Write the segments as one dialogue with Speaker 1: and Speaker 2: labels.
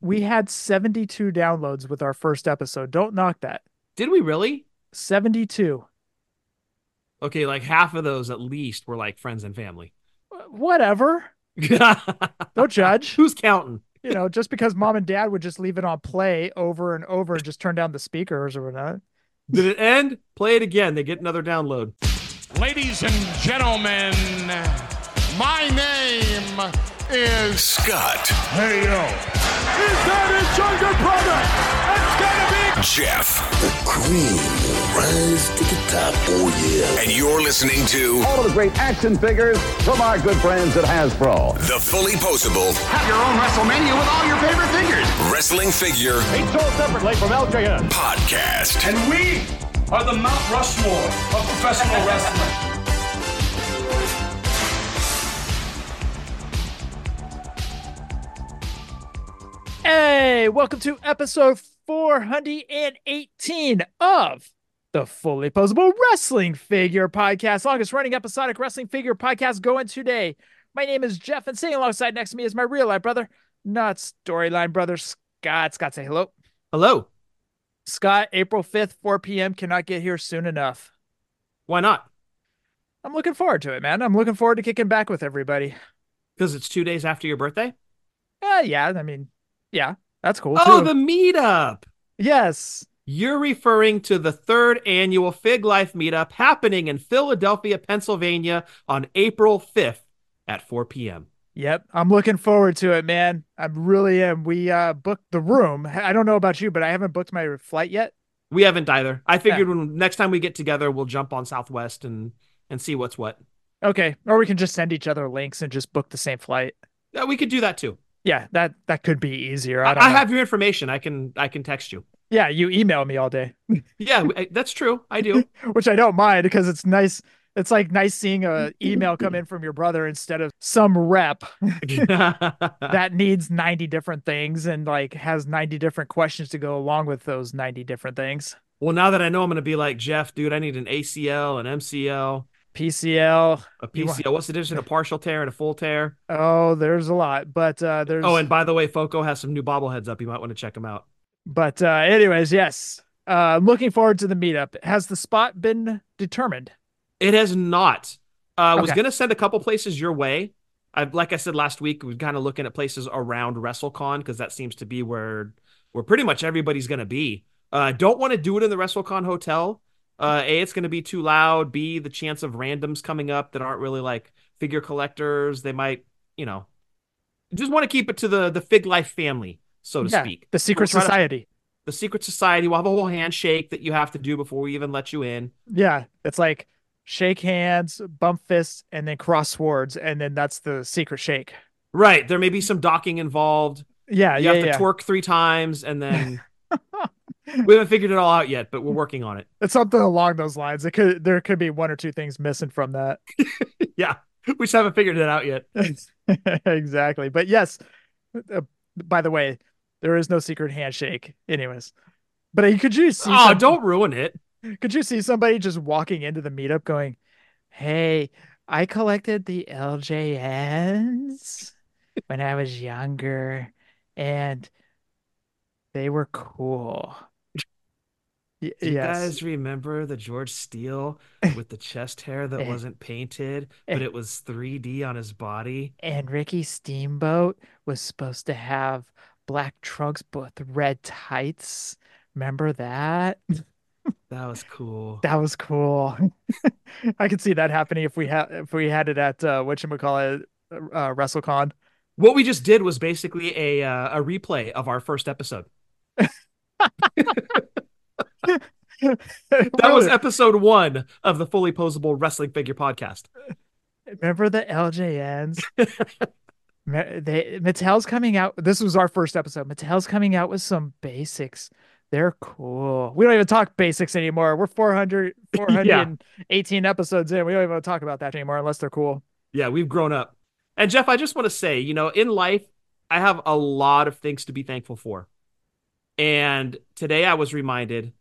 Speaker 1: We had 72 downloads with our first episode. Don't knock that.
Speaker 2: Did we really?
Speaker 1: 72.
Speaker 2: Okay, like half of those at least were like friends and family.
Speaker 1: Whatever. Don't judge.
Speaker 2: Who's counting?
Speaker 1: You know, just because mom and dad would just leave it on play over and over and just turn down the speakers or whatnot.
Speaker 2: Did it end? Play it again. They get another download.
Speaker 3: Ladies and gentlemen, my name is Scott.
Speaker 4: Hey yo.
Speaker 5: Is that his younger brother? It's gonna be
Speaker 3: Jeff.
Speaker 6: The cream will rise to the top. Oh,
Speaker 3: And you're listening to
Speaker 7: all of the great action figures from our good friends at Hasbro.
Speaker 3: the fully posable
Speaker 8: Have your own WrestleMania with all your favorite figures.
Speaker 3: wrestling figure
Speaker 4: It's sold separately from LJN.
Speaker 3: podcast.
Speaker 5: And we are the Mount Rushmore of professional wrestling.
Speaker 1: Hey, welcome to episode 418 of the Fully Posable Wrestling Figure Podcast, longest running episodic wrestling figure podcast going today. My name is Jeff, and sitting alongside next to me is my real life brother, not storyline brother, Scott. Scott, say hello.
Speaker 2: Hello.
Speaker 1: Scott, April 5th, 4 p.m. Cannot get here soon enough.
Speaker 2: Why not?
Speaker 1: I'm looking forward to it, man. I'm looking forward to kicking back with everybody.
Speaker 2: Because it's two days after your birthday.
Speaker 1: Uh, yeah, I mean, yeah, that's cool.
Speaker 2: oh,
Speaker 1: too.
Speaker 2: the meetup.
Speaker 1: yes.
Speaker 2: You're referring to the third annual Fig Life meetup happening in Philadelphia, Pennsylvania on April 5th at 4 p.m.
Speaker 1: Yep, I'm looking forward to it, man. I really am. We uh booked the room. H- I don't know about you, but I haven't booked my flight yet.
Speaker 2: We haven't either. I figured when next time we get together, we'll jump on Southwest and and see what's what.
Speaker 1: Okay, or we can just send each other links and just book the same flight.
Speaker 2: Yeah, we could do that too.
Speaker 1: Yeah, that that could be easier.
Speaker 2: I,
Speaker 1: I don't
Speaker 2: I
Speaker 1: know.
Speaker 2: have your information. I can I can text you.
Speaker 1: Yeah, you email me all day,
Speaker 2: Yeah, I- that's true. I do.
Speaker 1: which I don't mind because it's nice. It's like nice seeing a email come in from your brother instead of some rep that needs 90 different things and like has 90 different questions to go along with those 90 different things.
Speaker 2: well, now that I know I'm going to be like, Jeff, dude, I need an ACL, an MCL,
Speaker 1: PCL.
Speaker 2: a
Speaker 1: You want-
Speaker 2: PCL. What's the difference between a partial tear and a full tear?
Speaker 1: Oh, there's a lot, but uh there's
Speaker 2: Oh, and by the way, Foco has some new bobbleheads up. You might want to check them out.
Speaker 1: But uh, anyways, yes, uh, I'm looking forward to the meetup. Has the spot been determined?
Speaker 2: It has not. Uh, I was
Speaker 1: Okay.
Speaker 2: going to send a couple places your way. I, like I said last week, we are kind of looking at places around WrestleCon because that seems to be where where pretty much everybody's going to be. Uh, don't want to do it in the WrestleCon hotel. Uh, a, it's going to be too loud. B, the chance of randoms coming up that aren't really like figure collectors. They might, you know, just want to keep it to the the Fig Life family, so to
Speaker 1: Yeah,
Speaker 2: speak.
Speaker 1: The secret
Speaker 2: We'll try to-
Speaker 1: society.
Speaker 2: the Secret Society. We'll have a whole handshake that you have to do before we even let you in.
Speaker 1: Yeah, it's like shake hands, bump fists, and then cross swords, and then that's the secret shake.
Speaker 2: Right. There may be some docking involved.
Speaker 1: Yeah,
Speaker 2: you
Speaker 1: Uh, yeah,
Speaker 2: have to
Speaker 1: yeah.
Speaker 2: twerk three times and then we haven't figured it all out yet but we're working on it
Speaker 1: it's something along those lines. It could there could be one or two things missing from that.
Speaker 2: we just haven't figured it out yet
Speaker 1: exactly. But yes, uh, by the way, there is no secret handshake. Anyways, but you could you see?
Speaker 2: oh
Speaker 1: some-
Speaker 2: don't ruin it
Speaker 1: Could you see somebody just walking into the meetup going, Hey, I collected the LJNs when I was younger and they were cool. Y-
Speaker 2: Do you
Speaker 1: yes.
Speaker 2: guys remember the george steele with the chest hair that
Speaker 1: Eh.
Speaker 2: wasn't painted but
Speaker 1: Eh.
Speaker 2: it was 3d on his body
Speaker 1: And Ricky Steamboat was supposed to have black trunks but with red tights. Remember that?
Speaker 2: that was cool
Speaker 1: That was cool. I could see that happening if we had if we had it at uh whatchamacallit uh WrestleCon.
Speaker 2: what we just did was basically a uh, a replay of our first episode that was
Speaker 1: Really?
Speaker 2: episode one of the fully posable wrestling figure podcast
Speaker 1: Remember the LJNs? Me- they Mattel's coming out. This was our first episode. Mattel's coming out with some basics. They're cool. We don't even talk basics anymore. We're 400, 418 episodes in. We don't even talk about that anymore unless they're cool.
Speaker 2: Yeah, we've grown up. And Jeff, I just want to say, you know, in life, I have a lot of things to be thankful for. And today I was reminded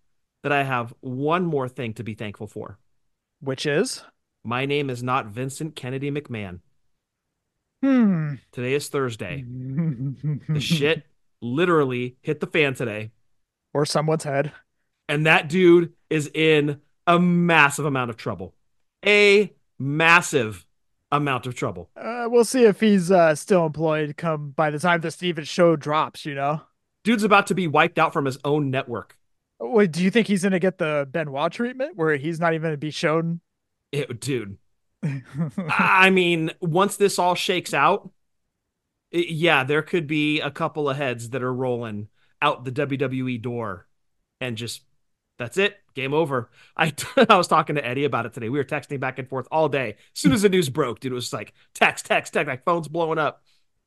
Speaker 2: that I have one more thing to be thankful for.
Speaker 1: Which is,
Speaker 2: My name is not Vincent Kennedy McMahon.
Speaker 1: hmm.
Speaker 2: Today is Thursday. The shit literally hit the fan today,
Speaker 1: or someone's head.
Speaker 2: and that dude is in a massive amount of trouble. A massive amount of trouble.
Speaker 1: Uh, we'll see if he's uh, still employed come by the time the Steven show drops. You know,
Speaker 2: Dude's about to be wiped out from his own network.
Speaker 1: Wait, do you think he's gonna get the Benoit treatment where he's not even gonna be shown?
Speaker 2: It, dude, I mean, once this all shakes out, i- yeah, there could be a couple of heads that are rolling out the WWE door and just that's it. Game over. I I was talking to Eddie about it today. We were texting back and forth all day. As soon as the news broke, dude, it was like text, text, text, like phones blowing up.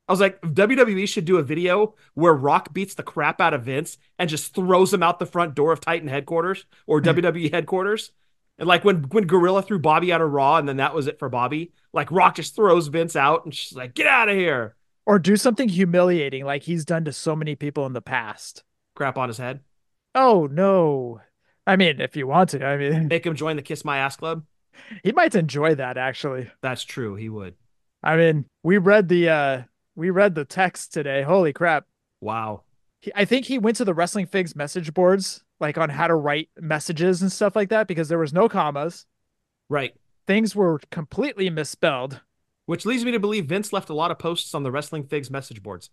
Speaker 2: I was like, WWE should do a video where Rock beats the crap out of Vince and just throws him out the front door of Titan headquarters or WWE headquarters. And like when when Gorilla threw Bobby out of Raw, and then that was it for Bobby. Like Rock just throws Vince out, and she's like, "Get out of here!"
Speaker 1: or do something humiliating like he's done to so many people in the past.
Speaker 2: Crap on his head.
Speaker 1: Oh no. I mean, if you want to, I mean,
Speaker 2: Make him join the Kiss My Ass Club.
Speaker 1: he might enjoy that actually.
Speaker 2: That's true. He would.
Speaker 1: I mean, we read the uh we read the text today. Holy crap.
Speaker 2: Wow.
Speaker 1: He, I think he went to the Wrestling Figs message boards like on how to write messages and stuff like that because there was no commas.
Speaker 2: Right.
Speaker 1: Things were completely misspelled.
Speaker 2: Which leads me to believe Vince left a lot of posts on the Wrestling Figs message boards.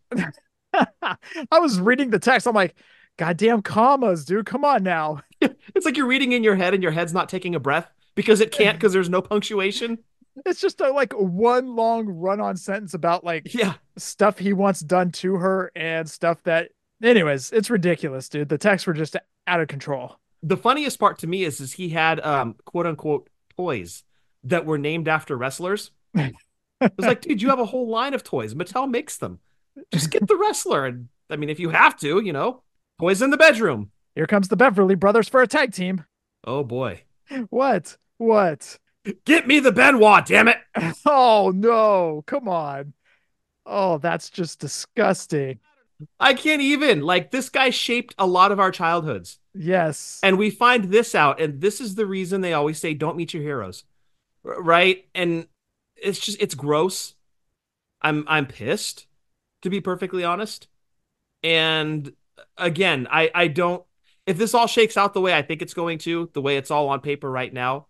Speaker 1: I was reading the text. I'm like, goddamn commas, dude. Come on now.
Speaker 2: It's like you're reading in your head, and your head's not taking a breath because it can't because there's no punctuation.
Speaker 1: It's just a, like one long run on sentence about like
Speaker 2: Yeah.
Speaker 1: stuff he wants done to her and stuff that anyways it's ridiculous dude the texts were just out of control
Speaker 2: the funniest part to me is is he had um quote unquote toys that were named after wrestlers. It was like, dude, you have a whole line of toys. Mattel makes them. Just get the wrestler. And I mean, if you have to, you know, toys in the bedroom.
Speaker 1: here comes the beverly brothers for a tag team
Speaker 2: Oh boy.
Speaker 1: what what
Speaker 2: Get me the Benoit, damn it.
Speaker 1: oh no come on oh that's just disgusting
Speaker 2: I can't even. Like, this guy shaped a lot of our childhoods.
Speaker 1: yes
Speaker 2: And we find this out, and this is the reason they always say, "Don't meet your heroes," R- right? And it's just it's gross. I'm I'm pissed, to be perfectly honest. And uh, again, I I don't. If this all shakes out the way I think it's going to, the way it's all on paper right now,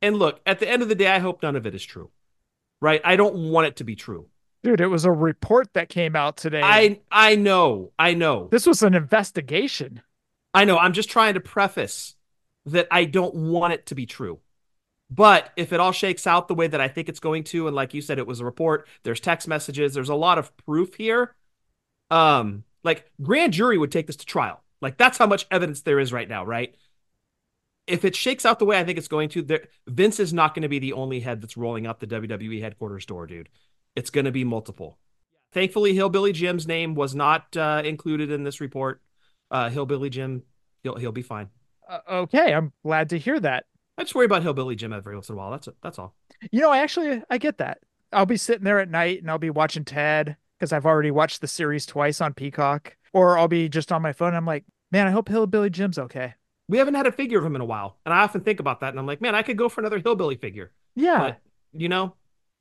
Speaker 2: and look, at the end of the day, I hope none of it is true, right? I don't want it to be true.
Speaker 1: dude it was a report that came out today
Speaker 2: I I know, I know.
Speaker 1: this was an investigation
Speaker 2: I know. I'm just trying to preface that I don't want it to be true. But if it all shakes out the way that I think it's going to, and like you said, it was a report, there's text messages, there's a lot of proof here. Um, like grand jury would take this to trial. Like that's how much evidence there is right now, right? If it shakes out the way I think it's going to, there, Vince is not going to be the only head that's rolling out the WWE headquarters door, dude. It's going to be multiple. Thankfully, Hillbilly Jim's name was not uh, included in this report uh hillbilly jim he'll he'll be fine
Speaker 1: uh, okay i'm glad to hear that
Speaker 2: i just worry about hillbilly jim every once in a while that's it that's all
Speaker 1: You know, I actually I get that. I'll be sitting there at night and I'll be watching Ted because I've already watched the series twice on Peacock, or I'll be just on my phone. And I'm like, man, I hope Hillbilly Jim's okay.
Speaker 2: we haven't had a figure of him in a while and i often think about that and i'm like man i could go for another hillbilly figure
Speaker 1: Yeah,
Speaker 2: but you know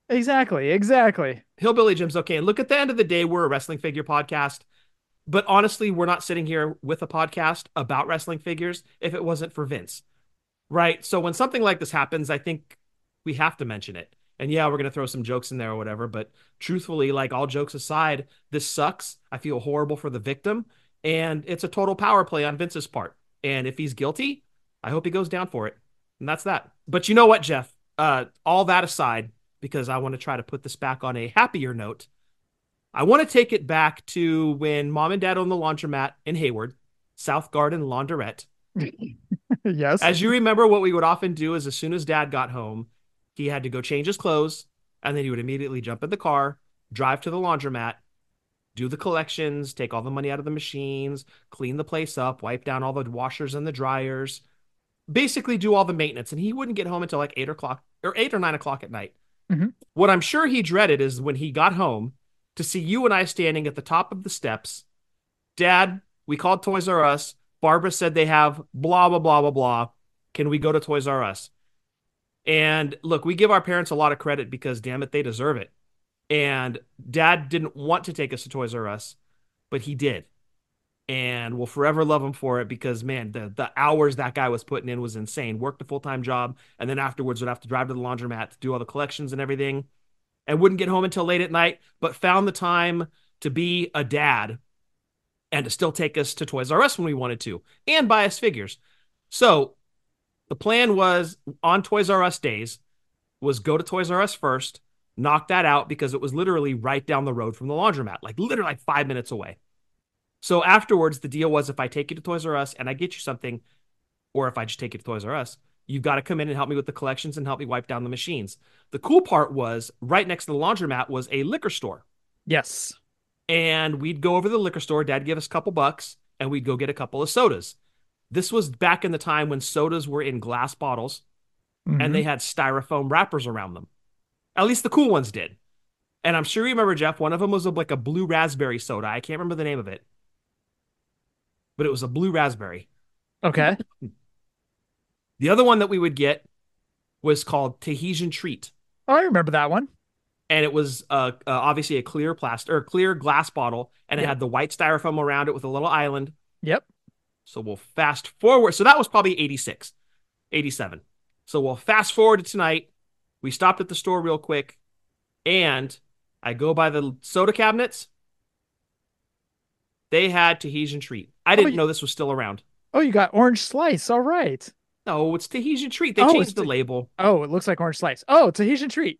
Speaker 1: exactly, exactly.
Speaker 2: hillbilly jim's okay and look at the end of the day we're a wrestling figure podcast but honestly we're not sitting here with a podcast about wrestling figures if it wasn't for vince right so when something like this happens i think we have to mention it and yeah we're going to throw some jokes in there or whatever but truthfully like all jokes aside this sucks i feel horrible for the victim and it's a total power play on vince's part and if he's guilty i hope he goes down for it and that's that but you know what jeff uh, all that aside because i want to try to put this back on a happier note i want to take it back to when mom and dad owned the laundromat in hayward south garden launderette
Speaker 1: yes.
Speaker 2: as you remember, what we would often do is as soon as dad got home, he had to go change his clothes and then he would immediately jump in the car, drive to the laundromat, do the collections, take all the money out of the machines, clean the place up, wipe down all the washers and the dryers, basically do all the maintenance. And he wouldn't get home until like eight o'clock or eight or nine o'clock at night.
Speaker 1: Mhm.
Speaker 2: What I'm sure he dreaded is when he got home to see you and I standing at the top of the steps. Dad, we called Toys R Us. Barbara said they have blah, blah, blah, blah, blah. Can we go to Toys R Us? And look, we give our parents a lot of credit because damn it, they deserve it. And dad didn't want to take us to Toys R Us, but he did. and will forever love him for it because man, the the hours that guy was putting in was insane. Worked a full time job, and then afterwards would have to drive to the laundromat to do all the collections and everything, and wouldn't get home until late at night. But found the time to be a dad, and to still take us to Toys R Us when we wanted to, and buy us figures. So the plan was on Toys R Us days was go to Toys R Us first, knock that out because it was literally right down the road from the laundromat, like literally like five minutes away. So afterwards, the deal was if I take you to Toys R Us and I get you something, or if I just take you to Toys R Us, you've got to come in and help me with the collections and help me wipe down the machines. The cool part was right next to the laundromat was a liquor store.
Speaker 1: Yes.
Speaker 2: And we'd go over to the liquor store, dad give us a couple bucks, and we'd go get a couple of sodas. This was back in the time when sodas were in glass bottles
Speaker 1: Mm-hmm.
Speaker 2: and they had styrofoam wrappers around them. At least the cool ones did. And I'm sure you remember, Jeff, one of them was a, like a blue raspberry soda. I can't remember the name of it, but it was a blue raspberry.
Speaker 1: Okay.
Speaker 2: The other one that we would get was called Tahitian Treat.
Speaker 1: Oh, I remember that one.
Speaker 2: And it was uh, uh, obviously a clear plastic or clear glass bottle, and it had the white styrofoam around it with a little island.
Speaker 1: Yep.
Speaker 2: So we'll fast forward. So that was probably 86, 87. So we'll fast forward to tonight. We stopped at the store real quick and I go by the soda cabinets. They had Tahitian treat. I didn't
Speaker 1: you-
Speaker 2: know this was still around.
Speaker 1: Oh, you got orange slice. All right.
Speaker 2: No, it's Tahitian treat. They
Speaker 1: Oh, it's
Speaker 2: changed the
Speaker 1: Tah-
Speaker 2: label.
Speaker 1: Oh, it looks like orange slice. Oh, Tahitian treat.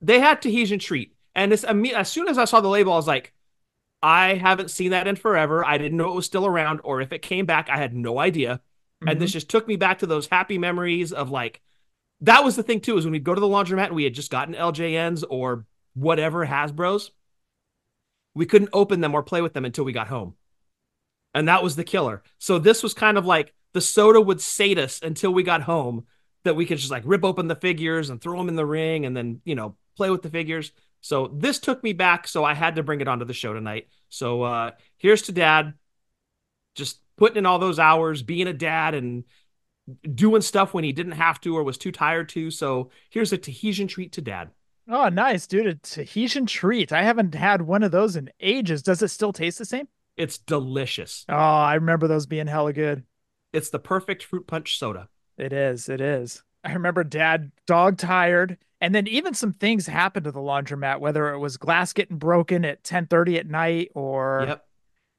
Speaker 2: They had Tahitian treat. And this, imme- as soon as I saw the label, I was like, I haven't seen that in forever. I didn't know it was still around or if it came back. I had no idea. and this just took me back to those happy memories of like that was the thing too is when we'd go to the laundromat and we had just gotten ljns or whatever hasbros we couldn't open them or play with them until we got home and that was the killer so this was kind of like the soda would sate us until we got home that we could just like rip open the figures and throw them in the ring and then you know play with the figures so this took me back so i had to bring it onto the show tonight so uh here's to dad just putting in all those hours, being a dad and doing stuff when he didn't have to or was too tired to. So here's a Tahitian treat to dad.
Speaker 1: Oh, nice, dude. A Tahitian treat. I haven't had one of those in ages. Does it still taste the same?
Speaker 2: It's delicious.
Speaker 1: Oh, I remember those being hella good.
Speaker 2: It's the perfect fruit punch soda.
Speaker 1: It is. It is. I remember dad dog tired. And then even some things happened to the laundromat, whether it was glass getting broken at 1030 at night or
Speaker 2: Yep.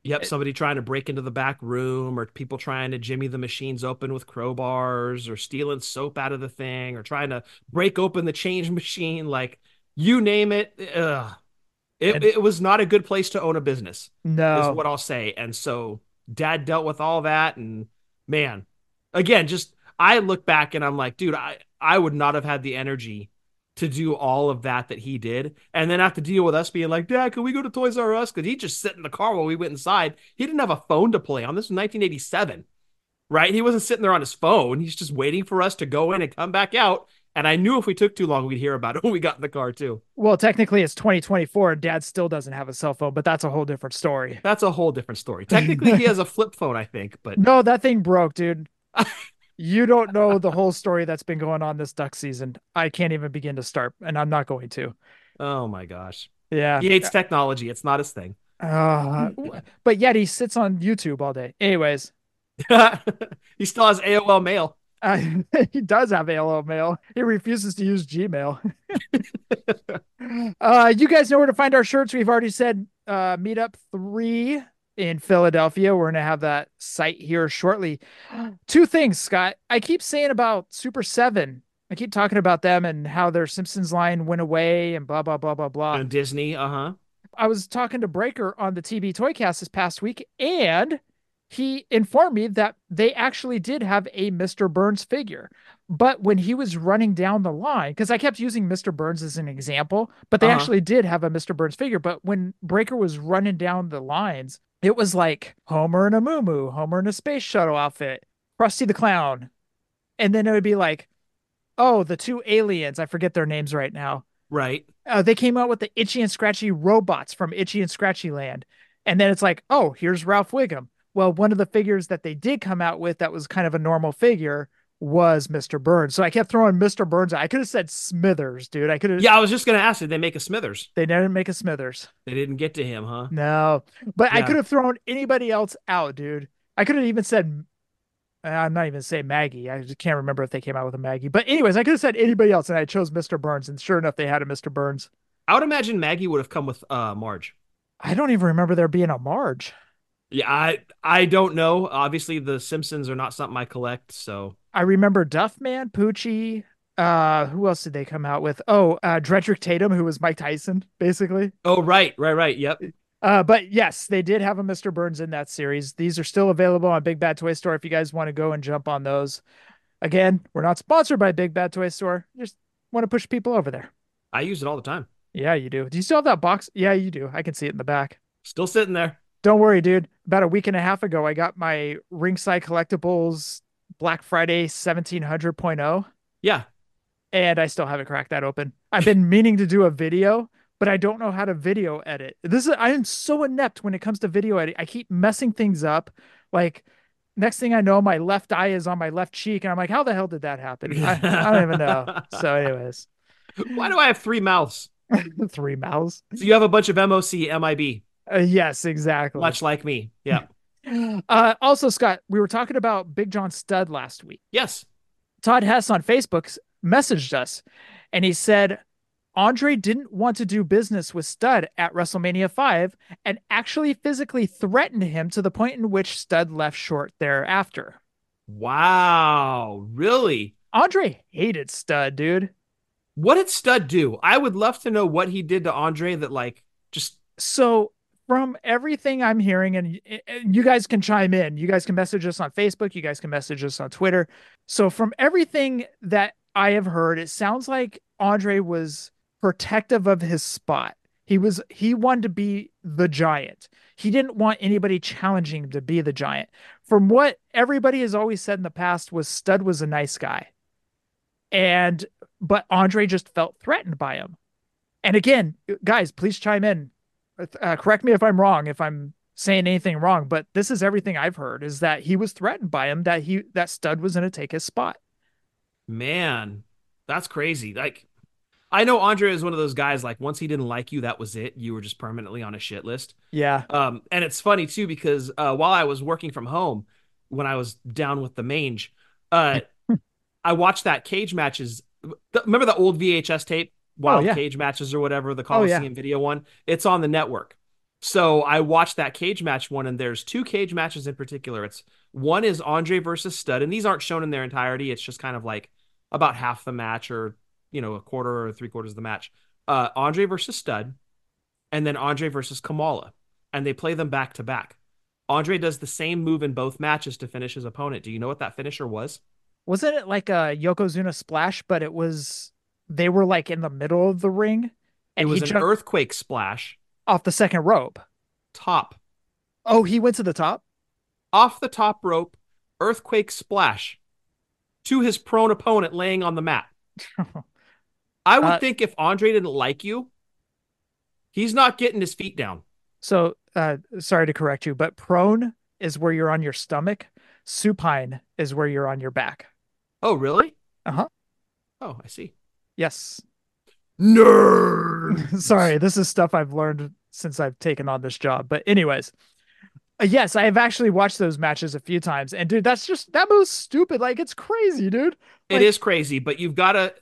Speaker 2: Yep. Somebody trying to break into the back room or people trying to jimmy the machines open with crowbars or stealing soap out of the thing or trying to break open the change machine. Like you name it. Ugh. It,
Speaker 1: And-
Speaker 2: it was not a good place to own a business.
Speaker 1: no.
Speaker 2: is what I'll say. And so dad dealt with all that and man, again, just I look back and I'm like, dude, I I would not have had the energy to do all of that that he did and then have to deal with us being like, "Dad, can we go to Toys R Us?" cuz he just sat in the car while we went inside. He didn't have a phone to play on. This was 1987. Right? He wasn't sitting there on his phone. He's just waiting for us to go in and come back out. And I knew if we took too long, we'd hear about it when we got in the car too.
Speaker 1: Well, technically it's 2024 and dad still doesn't have a cell phone, but that's a whole different story.
Speaker 2: That's a whole different story. Technically, he has a flip phone, I think, but
Speaker 1: No, that thing broke, dude. you don't know the whole story that's been going on this duck season. I can't even begin to start, and I'm not going to.
Speaker 2: oh my gosh.
Speaker 1: Yeah.
Speaker 2: He hates technology. It's not his thing.
Speaker 1: Uh, w- but yet he sits on YouTube all day. Anyways,
Speaker 2: he still has AOL mail.
Speaker 1: uh, he does have AOL mail. He refuses to use Gmail. uh, you guys know where to find our shirts. We've already said uh, Meetup 3 in Philadelphia. We're going to have that site here shortly. Two things, Scott. I keep saying about Super 7. I keep talking about them and how their Simpsons line went away and blah, blah, blah, blah, blah.
Speaker 2: And Disney, uh huh.
Speaker 1: I was talking to Breaker on the TB Toycast this past week, and he informed me that they actually did have a Mr. Burns figure. But when he was running down the line, because I kept using Mr. Burns as an example, but they
Speaker 2: Uh-huh.
Speaker 1: actually did have a Mr. Burns figure. But when Breaker was running down the lines, it was like Homer in a Moo Homer in a space shuttle outfit, Krusty the Clown. And then it would be like, oh, the two aliens, I forget their names right now
Speaker 2: Right.
Speaker 1: uh, they came out with the Itchy and Scratchy robots from Itchy and Scratchy Land. And then it's like, oh, here's Ralph Wiggum. Well, one of the figures that they did come out with that was kind of a normal figure was Mr. Burns. So I kept throwing Mr. Burns. out. I could have said Smithers, dude. I could have.
Speaker 2: Yeah, I was just gonna ask. Did they make a Smithers?
Speaker 1: They never make a Smithers.
Speaker 2: They didn't get to him, huh?
Speaker 1: No, but I
Speaker 2: Yeah.
Speaker 1: could have thrown anybody else out, dude. I could have even said, uh, I'm not even saying Maggie. I just can't remember if they came out with a Maggie. But anyways, I could have said anybody else, and I chose Mr. Burns. And sure enough, they had a Mr. Burns.
Speaker 2: I would imagine Maggie would have come with uh Marge.
Speaker 1: I don't even remember there being a Marge.
Speaker 2: Yeah, I I don't know. Obviously, the Simpsons are not something I collect, so
Speaker 1: I remember Duffman, Poochie. Uh, who else did they come out with? Oh, uh, Dredrick Tatum, who was Mike Tyson, basically.
Speaker 2: Oh, right, right, right. Yep.
Speaker 1: Uh, but yes, they did have a Mr. Burns in that series. These are still available on Big Bad Toy Store if you guys want to go and jump on those. Again, we're not sponsored by Big Bad Toy Store. Just want to push people over there.
Speaker 2: I use it all the time.
Speaker 1: Yeah, you do. Do you still have that box? Yeah, you do. I can see it in the back.
Speaker 2: Still sitting there.
Speaker 1: Don't worry, dude. About a week and a half ago, I got my Ringside Collectibles Black Friday 1700.0,
Speaker 2: Yeah.
Speaker 1: and I still haven't cracked that open. I've been meaning to do a video, but I don't know how to video edit. This is I am so inept when it comes to video edit. I keep messing things up. Like next thing I know, my left eye is on my left cheek, and I'm like, how the hell did that happen? I, I don't even know. So, anyways,
Speaker 2: Why do I have three mouths?
Speaker 1: three mouths.
Speaker 2: So you have a bunch of MOC, MIB,
Speaker 1: Uh, yes, exactly.
Speaker 2: much like me. Yeah.
Speaker 1: Uh, also, Scott, we were talking about Big John Stud last week.
Speaker 2: Yes.
Speaker 1: Todd Hess on Facebook s- messaged us and he said, Andre didn't want to do business with Stud at WrestleMania 5 and actually physically threatened him to the point in which Stud left short thereafter.
Speaker 2: Wow. Really?
Speaker 1: Andre hated Stud, dude.
Speaker 2: What did Stud do? I would love to know what he did to Andre that, like, just
Speaker 1: So, from everything I'm hearing, and, and you guys can chime in, you guys can message us on Facebook, you guys can message us on Twitter. So, from everything that I have heard, it sounds like Andre was protective of his spot. He was he wanted to be the giant. He didn't want anybody challenging him to be the giant. From what everybody has always said in the past was Stud was a nice guy. And but Andre just felt threatened by him. And again, guys, please chime in. Uh, correct me if I'm wrong, if I'm saying anything wrong, but this is everything I've heard is that he was threatened by him that he that Stud was going to take his spot.
Speaker 2: Man, that's crazy. Like, I know Andre is one of those guys, like, once he didn't like you, that was it. You were just permanently on a shit list.
Speaker 1: Yeah.
Speaker 2: Um, and it's funny too because uh, while I was working from home, when I was down with the mange, uh, I watched that cage matches. th- Remember the old VHS tape, Wild
Speaker 1: yeah.
Speaker 2: Cage Matches or whatever the
Speaker 1: Oh, yeah.
Speaker 2: Coliseum video one. It's on the network. So I watched that cage match one, and there's two cage matches in particular. It's one is Andre versus Stud, and these aren't shown in their entirety. It's just kind of like about half the match, or you know, a quarter or three quarters of the match. Uh, Andre versus Stud, and then Andre versus Kamala, and they play them back to back. Andre does the same move in both matches to finish his opponent. Do you know what that finisher was?
Speaker 1: Wasn't it like a Yokozuna splash, but it was they were like in the middle of the ring
Speaker 2: it
Speaker 1: and
Speaker 2: was
Speaker 1: he
Speaker 2: an
Speaker 1: jumped
Speaker 2: earthquake splash,
Speaker 1: off the second rope.
Speaker 2: top,
Speaker 1: Oh, he went to the top?
Speaker 2: off the top rope, earthquake splash to his prone opponent laying on the mat. I would
Speaker 1: Uh,
Speaker 2: think if Andre didn't like you, he's not getting his feet down.
Speaker 1: So, uh, sorry to correct you, but prone is where you're on your stomach. Supine is where you're on your back.
Speaker 2: Oh, really?
Speaker 1: Uh-huh.
Speaker 2: Oh, I see.
Speaker 1: Yes.
Speaker 2: Nerd.
Speaker 1: Sorry, this is stuff I've learned since I've taken on this job. But anyways, uh, yes, I have actually watched those matches a few times, and dude, that's just that move's stupid. Like it's crazy, dude.
Speaker 2: It is
Speaker 1: Like-
Speaker 2: crazy, but you've got to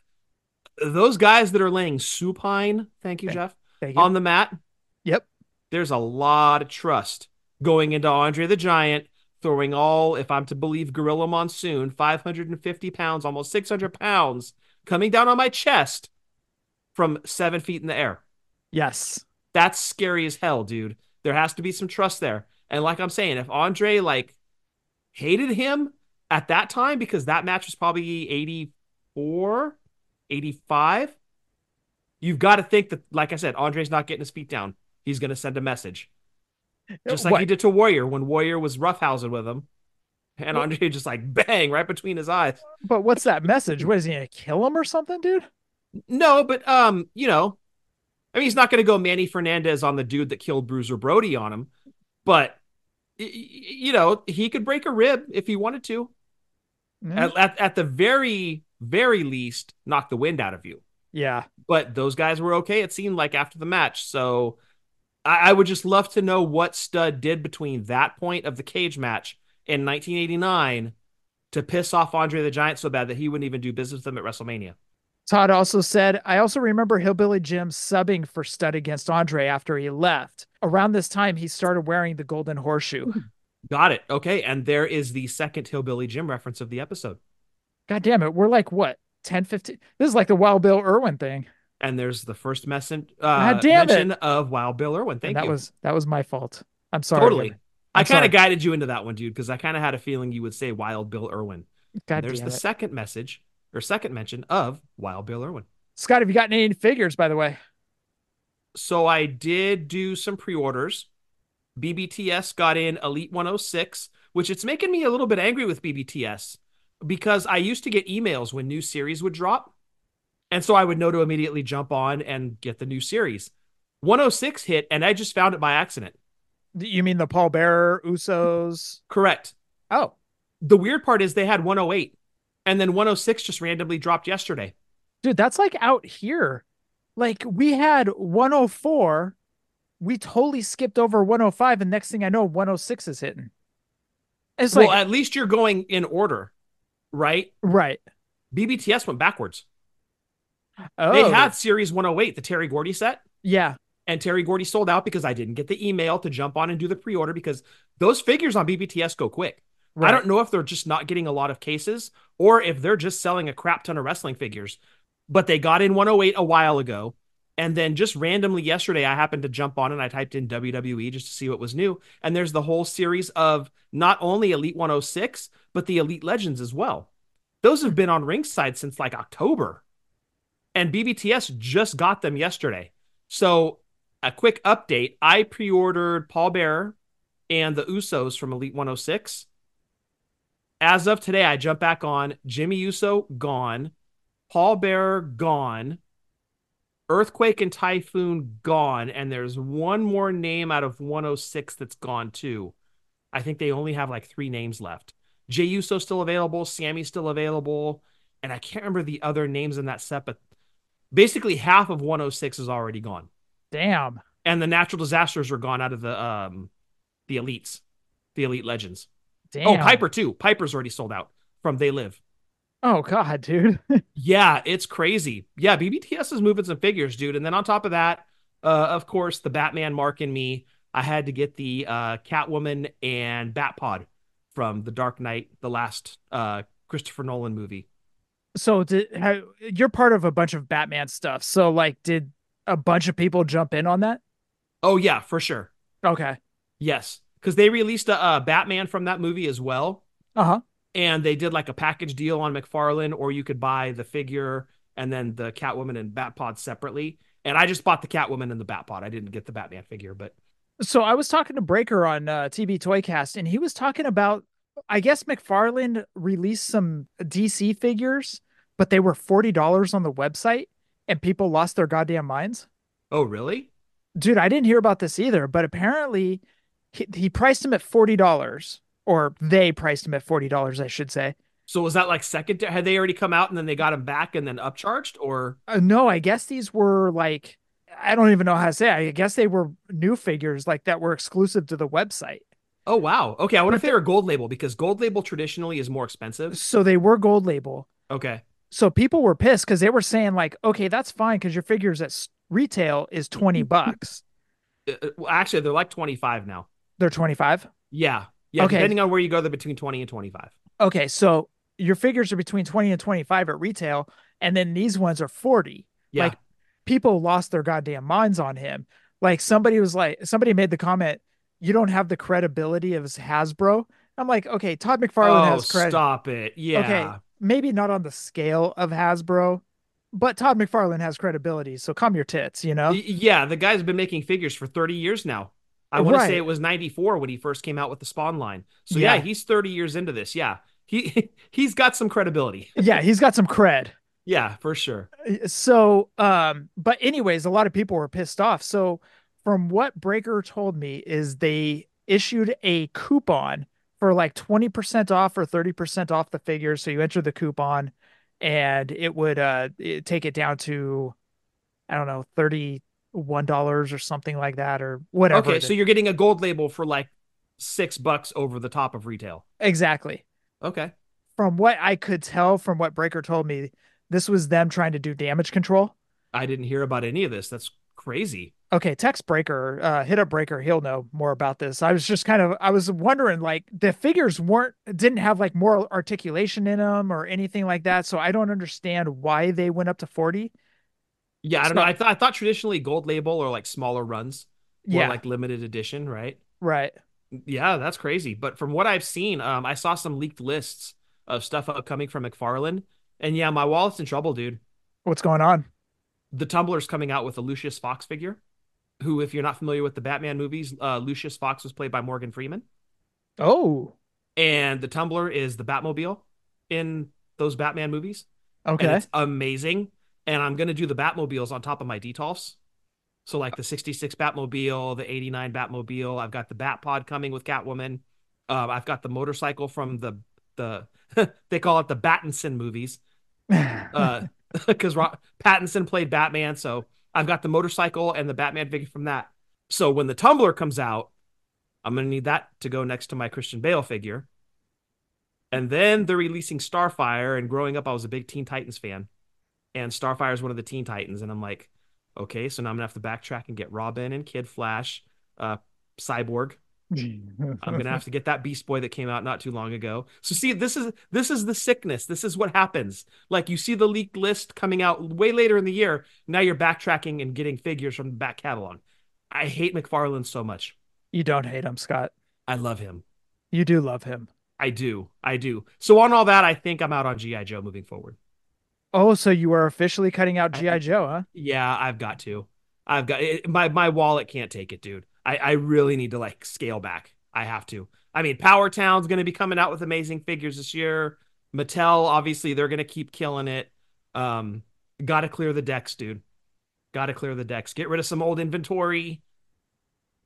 Speaker 2: those guys that are laying supine. Thank you,
Speaker 1: Thank-
Speaker 2: Jeff.
Speaker 1: Thank you.
Speaker 2: On the mat,
Speaker 1: yep.
Speaker 2: there's a lot of trust going into Andre the Giant throwing all, if I'm to believe Gorilla Monsoon, 550 pounds, almost 600 pounds, coming down on my chest from seven feet in the air.
Speaker 1: Yes.
Speaker 2: That's scary as hell, dude. There has to be some trust there. And like I'm saying, if Andre like hated him at that time because that match was probably 84, 85, you've got to think that like I said, Andre's not getting his feet down. He's going to send a message. Just like
Speaker 1: What-
Speaker 2: he did to Warrior when Warrior was roughhousing with him. And Andre just like bang right between his eyes.
Speaker 1: But what's that message? What is he gonna kill him or something, dude?
Speaker 2: No, but um, you know, I mean, he's not going to go Manny Fernandez on the dude that killed Bruiser Brody on him, but y- y- you know, he could break a rib if he wanted to.
Speaker 1: Mm,
Speaker 2: At, at, at the very, very least, knock the wind out of you.
Speaker 1: Yeah.
Speaker 2: But those guys were okay, it seemed like, after the match. So I, I would just love to know what Stud did between that point of the cage match in 1989 to piss off Andre the Giant so bad that he wouldn't even do business with them at WrestleMania.
Speaker 1: Todd also said, I also remember Hillbilly Jim subbing for Stud against Andre after he left. Around this time, he started wearing the golden horseshoe.
Speaker 2: Hmm. Got it. Okay. And there is the second Hillbilly Jim reference of the episode.
Speaker 1: God damn it. We're like, what, 10, 15? This is like the Wild Bill Irwin thing.
Speaker 2: And there's the first messen- uh,
Speaker 1: God damn it.
Speaker 2: mention of Wild Bill Irwin.
Speaker 1: and
Speaker 2: Thank
Speaker 1: that
Speaker 2: you.
Speaker 1: was that was my fault. I'm sorry.
Speaker 2: totally.
Speaker 1: Women.
Speaker 2: I
Speaker 1: I'm
Speaker 2: kind
Speaker 1: sorry.
Speaker 2: of guided you into that one, dude, because I kind of had a feeling you would say Wild Bill Irwin.
Speaker 1: God
Speaker 2: there's
Speaker 1: damn
Speaker 2: the
Speaker 1: it.
Speaker 2: second message or second mention of Wild Bill Irwin.
Speaker 1: Scott, have you gotten any figures, by the way?
Speaker 2: So I did do some pre-orders. BBTS got in Elite 106, which it's making me a little bit angry with BBTS because I used to get emails when new series would drop. And so I would know to immediately jump on and get the new series. 106 hit and I just found it by accident.
Speaker 1: You mean the Paul Bearer, Usos?
Speaker 2: Correct.
Speaker 1: Oh,
Speaker 2: The weird part is they had 108 and then 106 just randomly dropped yesterday.
Speaker 1: dude, that's like out here. Like we had 104. We totally skipped over 105, and next thing I know, 106 is hitting. It's
Speaker 2: well,
Speaker 1: like
Speaker 2: at least you're going in order, right?
Speaker 1: right.
Speaker 2: BBTS went backwards.
Speaker 1: Oh,
Speaker 2: they had series 108, the Terry Gordy set.
Speaker 1: yeah.
Speaker 2: and Terry Gordy sold out because I didn't get the email to jump on and do the pre-order because those figures on BBTS go quick.
Speaker 1: Right.
Speaker 2: I don't know if they're just not getting a lot of cases or if they're just selling a crap ton of wrestling figures. But they got in 108 a while ago. And then just randomly yesterday, I happened to jump on and I typed in WWE just to see what was new. And there's the whole series of not only Elite 106, but the Elite Legends as well. Those have been on ringside since like October. And BBTS just got them yesterday. So a quick update. I pre-ordered Paul Bearer and the Usos from Elite 106. As of today, I jump back on Jimmy Uso gone, Paul Bearer gone, Earthquake and Typhoon gone, and there's one more name out of 106 that's gone too. I think they only have like three names left. Jey Uso still available, Sammy's still available, and I can't remember the other names in that set, but basically half of 106 is already gone
Speaker 1: Damn.
Speaker 2: and the natural disasters were gone out of the um the elites, the elite legends.
Speaker 1: Damn.
Speaker 2: Oh, Piper too. Piper's already sold out from They Live.
Speaker 1: Oh god, dude.
Speaker 2: Yeah, it's crazy. Yeah, BBTS is moving some figures, dude. And then on top of that, uh, of course, the Batman Mark and me. I had to get the uh, Catwoman and Batpod from The Dark Knight, the last uh, Christopher Nolan movie.
Speaker 1: so did ha you're part of a bunch of Batman stuff. So like, did a bunch of people jump in on that?
Speaker 2: Oh yeah, for sure.
Speaker 1: Okay.
Speaker 2: Yes, because they released a, a Batman from that movie as well.
Speaker 1: Uh huh.
Speaker 2: and they did like a package deal on McFarlane, or you could buy the figure and then the Catwoman and Batpod separately. And I just bought the Catwoman and the Batpod. I didn't get the Batman figure, but
Speaker 1: So I was talking to Breaker on uh, TB Toycast, and he was talking about, I guess McFarland released some DC figures, but they were forty dollars on the website, and people lost their goddamn minds.
Speaker 2: oh really?
Speaker 1: Dude, I didn't hear about this either, but apparently, he, he priced them at forty dollars, or they priced them at forty dollars, I should say.
Speaker 2: So was that like secondary? Had they already come out and then they got them back and then upcharged, or
Speaker 1: Uh, no, I guess these were like I don't even know how to say. it. I guess they were new figures like that were exclusive to the website.
Speaker 2: oh wow, okay. I wonder if they were gold label because gold label traditionally is more expensive.
Speaker 1: So they were gold label.
Speaker 2: Okay,
Speaker 1: So people were pissed because they were saying like, okay, that's fine because your figures at s- retail is
Speaker 2: Mm-hmm.
Speaker 1: twenty bucks.
Speaker 2: Uh, uh, well, actually they're like twenty five now.
Speaker 1: They're twenty five.
Speaker 2: Yeah, yeah.
Speaker 1: Okay.
Speaker 2: Depending on where you go, they're between twenty and twenty five.
Speaker 1: Okay, so your figures are between twenty and twenty five at retail, and then these ones are forty.
Speaker 2: Yeah,
Speaker 1: Like, people lost their goddamn minds on him. Like somebody was like, somebody made the comment, "You don't have the credibility of Hasbro." I'm like, okay, Todd McFarlane
Speaker 2: oh
Speaker 1: has credit.
Speaker 2: stop it. Yeah,
Speaker 1: Okay, maybe not on the scale of Hasbro, but Todd McFarlane has credibility. So calm your tits, you know.
Speaker 2: Y- Yeah, the guy's been making figures for 30 years now. I want to
Speaker 1: Right.
Speaker 2: say it was 94 when he first came out with the spawn line. So yeah,
Speaker 1: Yeah.
Speaker 2: he's 30 years into this. Yeah. He he's got some credibility.
Speaker 1: yeah, he's got some cred.
Speaker 2: Yeah, for sure.
Speaker 1: Eh, So, um, but anyways, a lot of people were pissed off. So, from what Breaker told me, is they issued a coupon for like 20% off or 30% off the figures. So you enter the coupon and it would uh it- take it down to I don't know, $31 or something like that or whatever.
Speaker 2: Okay,
Speaker 1: it
Speaker 2: so
Speaker 1: is.
Speaker 2: you're getting a gold label for like six bucks over the top of retail.
Speaker 1: exactly.
Speaker 2: Okay.
Speaker 1: From what I could tell from what Breaker told me, this was them trying to do damage control.
Speaker 2: I didn't hear about any of this. That's crazy.
Speaker 1: Okay, text Breaker, uh, hit up Breaker. He'll know more about this. I was just kind of, I was wondering, like the figures weren't, didn't have like moral articulation in them or anything like that. So I don't understand why they went up to forty.
Speaker 2: Yeah, I
Speaker 1: It's
Speaker 2: don't know.
Speaker 1: not-
Speaker 2: I, th- I thought traditionally gold label or like smaller runs or
Speaker 1: Yeah,
Speaker 2: like limited edition, right?
Speaker 1: right.
Speaker 2: Yeah, that's crazy. But from what I've seen, um, I saw some leaked lists of stuff upcoming from McFarlane. And yeah, my wallet's in trouble, dude.
Speaker 1: What's going on?
Speaker 2: The Tumblr's coming out with a Lucius Fox figure, who, if you're not familiar with the Batman movies, uh, Lucius Fox was played by Morgan Freeman.
Speaker 1: Oh,
Speaker 2: And the Tumbler is the Batmobile in those Batman movies. And
Speaker 1: okay.
Speaker 2: it's amazing. And I'm gonna do the Batmobiles on top of my Detolfs. So like the 66 Batmobile, the 89 Batmobile. I've got the Batpod coming with Catwoman. Um, I've got the motorcycle from the the they call it the Battinson movies. Uh because Pattinson played Batman, so I've got the motorcycle and the Batman figure from that. So when the Tumbler comes out, I'm gonna need that to go next to my Christian Bale figure. And then they're releasing Starfire. And growing up, I was a big Teen Titans fan. And Starfire is one of the Teen Titans. And I'm like, okay, so now I'm gonna have to backtrack and get Robin and Kid Flash, uh, Cyborg. I'm gonna have to get that Beast Boy that came out not too long ago. So see, this is this is the sickness. This is what happens. Like you see the leaked list coming out way later in the year. Now you're backtracking and getting figures from the back catalog. I hate McFarlane so much.
Speaker 1: you don't hate him, Scott.
Speaker 2: I love him.
Speaker 1: You do love him.
Speaker 2: I do. I do. So on all that, I think I'm out on GI Joe moving forward.
Speaker 1: Oh, so you are officially cutting out
Speaker 2: I-
Speaker 1: GI Joe, huh?
Speaker 2: Yeah, I've got to. I've got it, my my wallet can't take it, dude. I I really need to like scale back. I have to. I mean, Power Town's going to be coming out with amazing figures this year. Mattel, obviously, they're going to keep killing it. Um, got to clear the decks, dude. Got to clear the decks. Get rid of some old inventory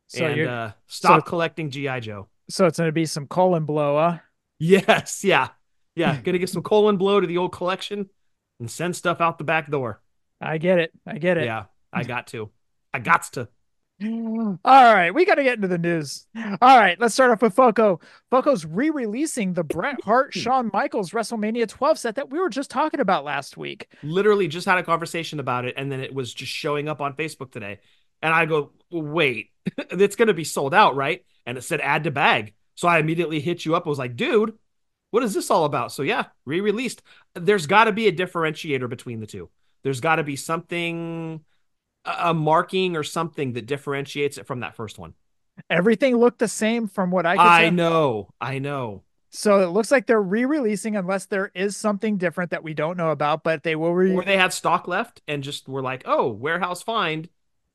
Speaker 1: So
Speaker 2: and
Speaker 1: you're,
Speaker 2: uh, stop collecting GI Joe.
Speaker 1: so it's gonna be some colon blow, huh?
Speaker 2: Yes, yeah, yeah. Going to get some colon blow to the old collection and send stuff out the back door.
Speaker 1: I get it. I get it.
Speaker 2: Yeah, I got to. I got to.
Speaker 1: All right, we got to get into the news. All right, let's start off with Foco. Foco's re-releasing the Bret Hart
Speaker 2: Hmm.
Speaker 1: Shawn Michaels WrestleMania 12 set that we were just talking about last week.
Speaker 2: literally just had a conversation about it and then it was just showing up on Facebook today. And I go, wait, it's going to be sold out, right? And it said add to bag. So I immediately hit you up. I was like, dude, what is this all about? So yeah, re released. There's got to be a differentiator between the two. There's got to be something, a a marking or something that differentiates it from that first one.
Speaker 1: Everything looked the same from what I could
Speaker 2: I
Speaker 1: tell.
Speaker 2: know. I know.
Speaker 1: So it looks like they're re-releasing unless there is something different that we don't know about, but they will re-
Speaker 2: Or they had stock left and just were like, oh, warehouse find.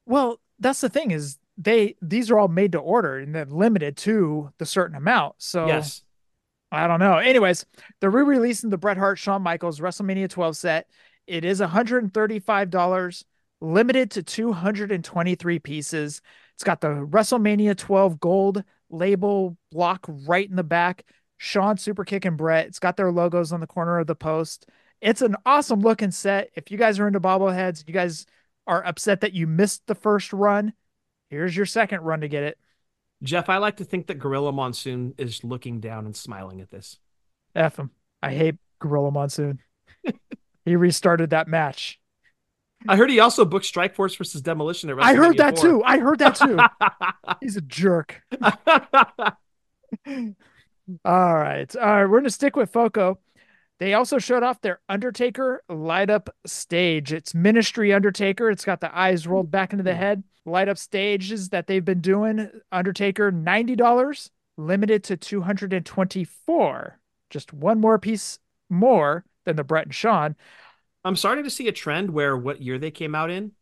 Speaker 1: Well, that's the thing is they these are all made to order and then limited to the certain amount. So
Speaker 2: Yes.
Speaker 1: I don't know. Anyways, they're re-releasing the Bret Hart Shawn Michaels WrestleMania 12 set. It is $135, limited to 223 pieces. It's got the WrestleMania 12 gold label block right in the back. Shawn Superkick and Bret. It's got their logos on the corner of the post. It's an awesome looking set. If you guys are into bobbleheads, you guys are upset that you missed the first run. Here's your second run to get it.
Speaker 2: Jeff, I like to think that Gorilla Monsoon is looking down and smiling at this.
Speaker 1: F him. I hate Gorilla Monsoon. he restarted that match.
Speaker 2: I heard he also booked Strike Force versus Demolition at
Speaker 1: I heard that
Speaker 2: WrestleMania
Speaker 1: too. I heard that too.
Speaker 2: 4.
Speaker 1: He's a jerk. All right. All right. We're going to stick with Foco. They also showed off their Undertaker light up stage. It's Ministry Undertaker. It's got the eyes rolled back into the head. Light up stages that they've been doing. Undertaker, $90, limited to 224 Just one more piece more than the Brett and Sean.
Speaker 2: I'm starting to see a trend where what year they came out in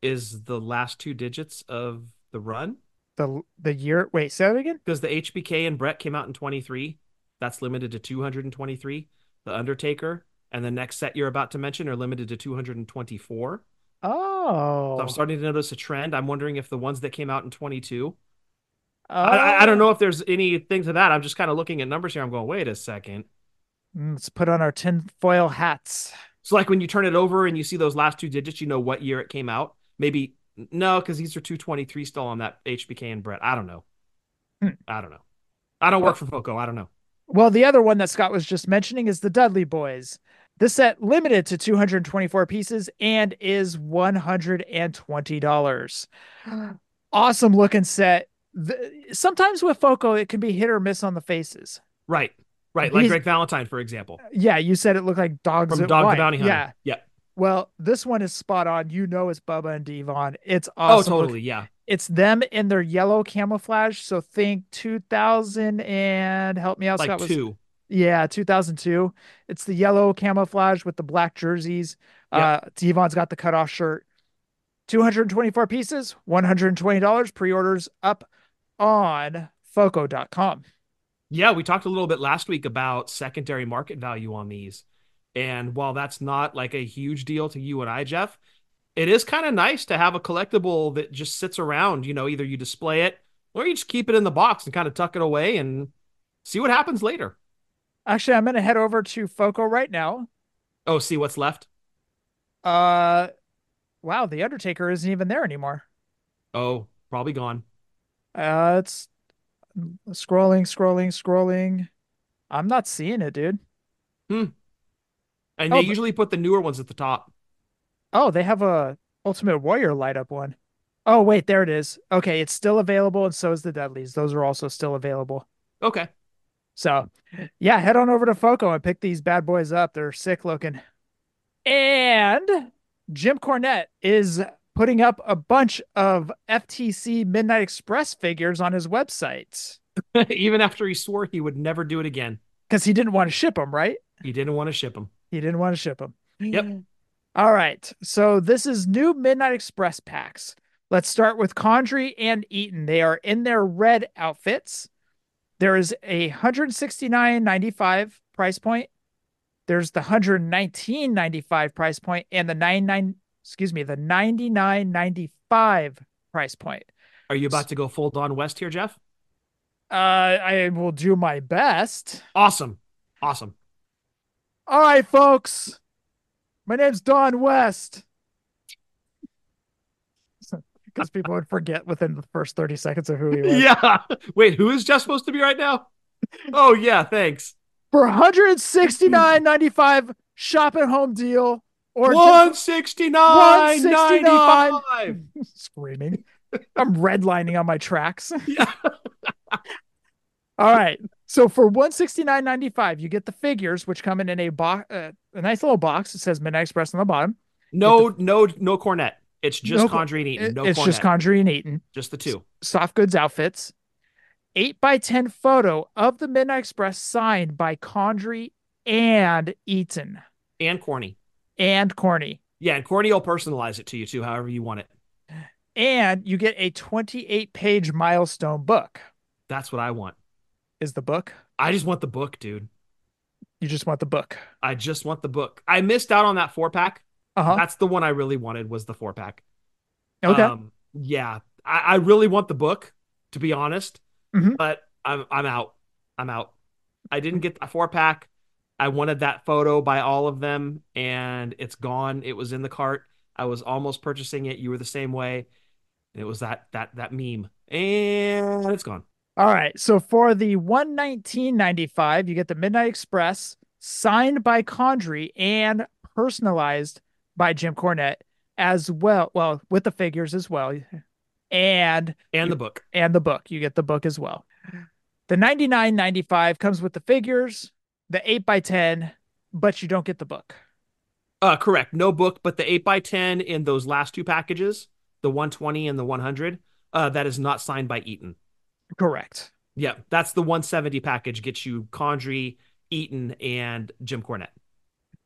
Speaker 2: is the last two digits of the run
Speaker 1: The, the year. Wait, say that again?
Speaker 2: because the HBK and Brett came out in 23. That's limited to 223. The Undertaker and the next set you're about to mention are limited to 224. So
Speaker 1: Oh.
Speaker 2: I'm starting to notice a trend. I'm wondering if the ones that came out in 22 I, I- I don't know
Speaker 1: Oh.
Speaker 2: if there's anything to that. I'm just kind of looking at numbers here. I'm going, wait a second.
Speaker 1: Mm, Let's put on our tinfoil hats.
Speaker 2: So like when you turn it over and you see those last two digits, you know what year it came out. Maybe no, because these are 223 still on that HBK and Brett. I don't know.
Speaker 1: Hmm.
Speaker 2: I don't know. I don't work for Foco. I don't know.
Speaker 1: Well, the other one that Scott was just mentioning is the Dudley Boys. This set limited to 224 pieces and is $120. Awesome looking set. The- sometimes with Foco, it can be hit or miss on the faces.
Speaker 2: Right. Right. Like
Speaker 1: These-
Speaker 2: Greg Valentine, for example.
Speaker 1: Yeah, you said it looked like dogs.
Speaker 2: From
Speaker 1: at
Speaker 2: Dog
Speaker 1: White.
Speaker 2: the Bounty Hunter.
Speaker 1: Yeah.
Speaker 2: Yeah.
Speaker 1: Well, this one is spot on. You know, it's Bubba and Devon. It's
Speaker 2: Oh,
Speaker 1: awesome.
Speaker 2: totally. Yeah.
Speaker 1: It's them in their yellow camouflage. So think 2000 and help me out.
Speaker 2: Like
Speaker 1: Scott was
Speaker 2: two.
Speaker 1: Yeah, 2002. It's the yellow camouflage with the black jerseys.
Speaker 2: Yeah.
Speaker 1: Uh, Devon's got the cutoff shirt. 224 pieces, $120. Pre orders up on foco.com.
Speaker 2: Yeah, we talked a little bit last week about secondary market value on these. And while that's not like a huge deal to you and I, Jeff, it is kind of nice to have a collectible that just sits around. You know, either you display it or you just keep it in the box and kind of tuck it away and see what happens later.
Speaker 1: Actually, I'm going to head over to Foco right now.
Speaker 2: Oh, see what's left?
Speaker 1: Uh, wow, The Undertaker isn't even there anymore.
Speaker 2: Oh, probably gone.
Speaker 1: Uh, it's scrolling, scrolling, scrolling. I'm not seeing it, dude.
Speaker 2: And
Speaker 1: Oh,
Speaker 2: they
Speaker 1: but-
Speaker 2: usually put the newer ones at the top.
Speaker 1: Oh, they have a Ultimate Warrior light up one. Oh, wait, there it is. Okay, it's still available, and so is the Dudleys. Those are also still available.
Speaker 2: Okay.
Speaker 1: So, yeah, head on over to Foco and pick these bad boys up. They're sick looking. And Jim Cornette is putting up a bunch of FTC Midnight Express figures on his website
Speaker 2: Even after he swore he would never do it again,
Speaker 1: because he didn't want to ship them, right?
Speaker 2: he didn't want to ship them.
Speaker 1: He didn't want to ship them.
Speaker 2: Yep.
Speaker 1: All right. So this is new Midnight Express packs. Let's start with Condry and Eaton. They are in their red outfits. There is a 169.95 price point. There's the 119.95 price point and the 99 excuse me, the 99.95 price point.
Speaker 2: Are you about to go full Don West here, Jeff?
Speaker 1: Uh I will do my best.
Speaker 2: Awesome. Awesome.
Speaker 1: All right, folks. My name's Don West. Because people would forget within the first 30 seconds of who he was.
Speaker 2: Yeah. Wait, who is Jeff supposed to be right now? Oh yeah, thanks.
Speaker 1: For 169.95 shop at home deal or
Speaker 2: One sixty nine ninety five.
Speaker 1: 169.95. just screaming. I'm redlining on my tracks.
Speaker 2: Yeah.
Speaker 1: All right. So for 169.95, you get the figures which come in, in a box uh, a nice little box. It says Midnight Express on the bottom.
Speaker 2: No, no, no cornet. It's just
Speaker 1: No
Speaker 2: no,
Speaker 1: cor-
Speaker 2: Condrine Eaton.
Speaker 1: It-
Speaker 2: No
Speaker 1: it's
Speaker 2: cornet.
Speaker 1: just
Speaker 2: Just,
Speaker 1: Condry and Eaton.
Speaker 2: the two.
Speaker 1: soft goods outfits. 8 by 10 photo of the Midnight Express signed by Condry and Eaton
Speaker 2: And corny.
Speaker 1: and Corny.
Speaker 2: Yeah, and corny will personalize it to you too, however you want it.
Speaker 1: And you get a 28 page milestone book.
Speaker 2: That's what I want.
Speaker 1: Is the book?
Speaker 2: I just want the book, dude.
Speaker 1: You just want the book.
Speaker 2: I just want the book. I missed out on that four pack.
Speaker 1: Uh huh.
Speaker 2: That's the one I really wanted was the four pack.
Speaker 1: Okay.
Speaker 2: Um, yeah, I, I really want the book, to be honest,
Speaker 1: Mhm.
Speaker 2: but I'm I'm out. I'm out. I didn't get a four pack. I wanted that photo by all of them, and it's gone. It was in the cart. I was almost purchasing it. You were the same way. It was that that that meme, and it's gone.
Speaker 1: All right. So for the 119.95, you get the Midnight Express signed by Condry and personalized by Jim Cornette as well. Well, with the figures as well. And
Speaker 2: And
Speaker 1: You-
Speaker 2: the book.
Speaker 1: and the book. You get the book as well. The 99.95 comes with the figures, the 8 by 10, but you don't get the book.
Speaker 2: Uh, correct. No book, but the eight by ten in those last two packages, the one twenty and the one hundred. Uh, that is not signed by Eaton.
Speaker 1: Correct.
Speaker 2: Yeah, that's the 170 package gets you Condry, Eaton, and Jim Cornette.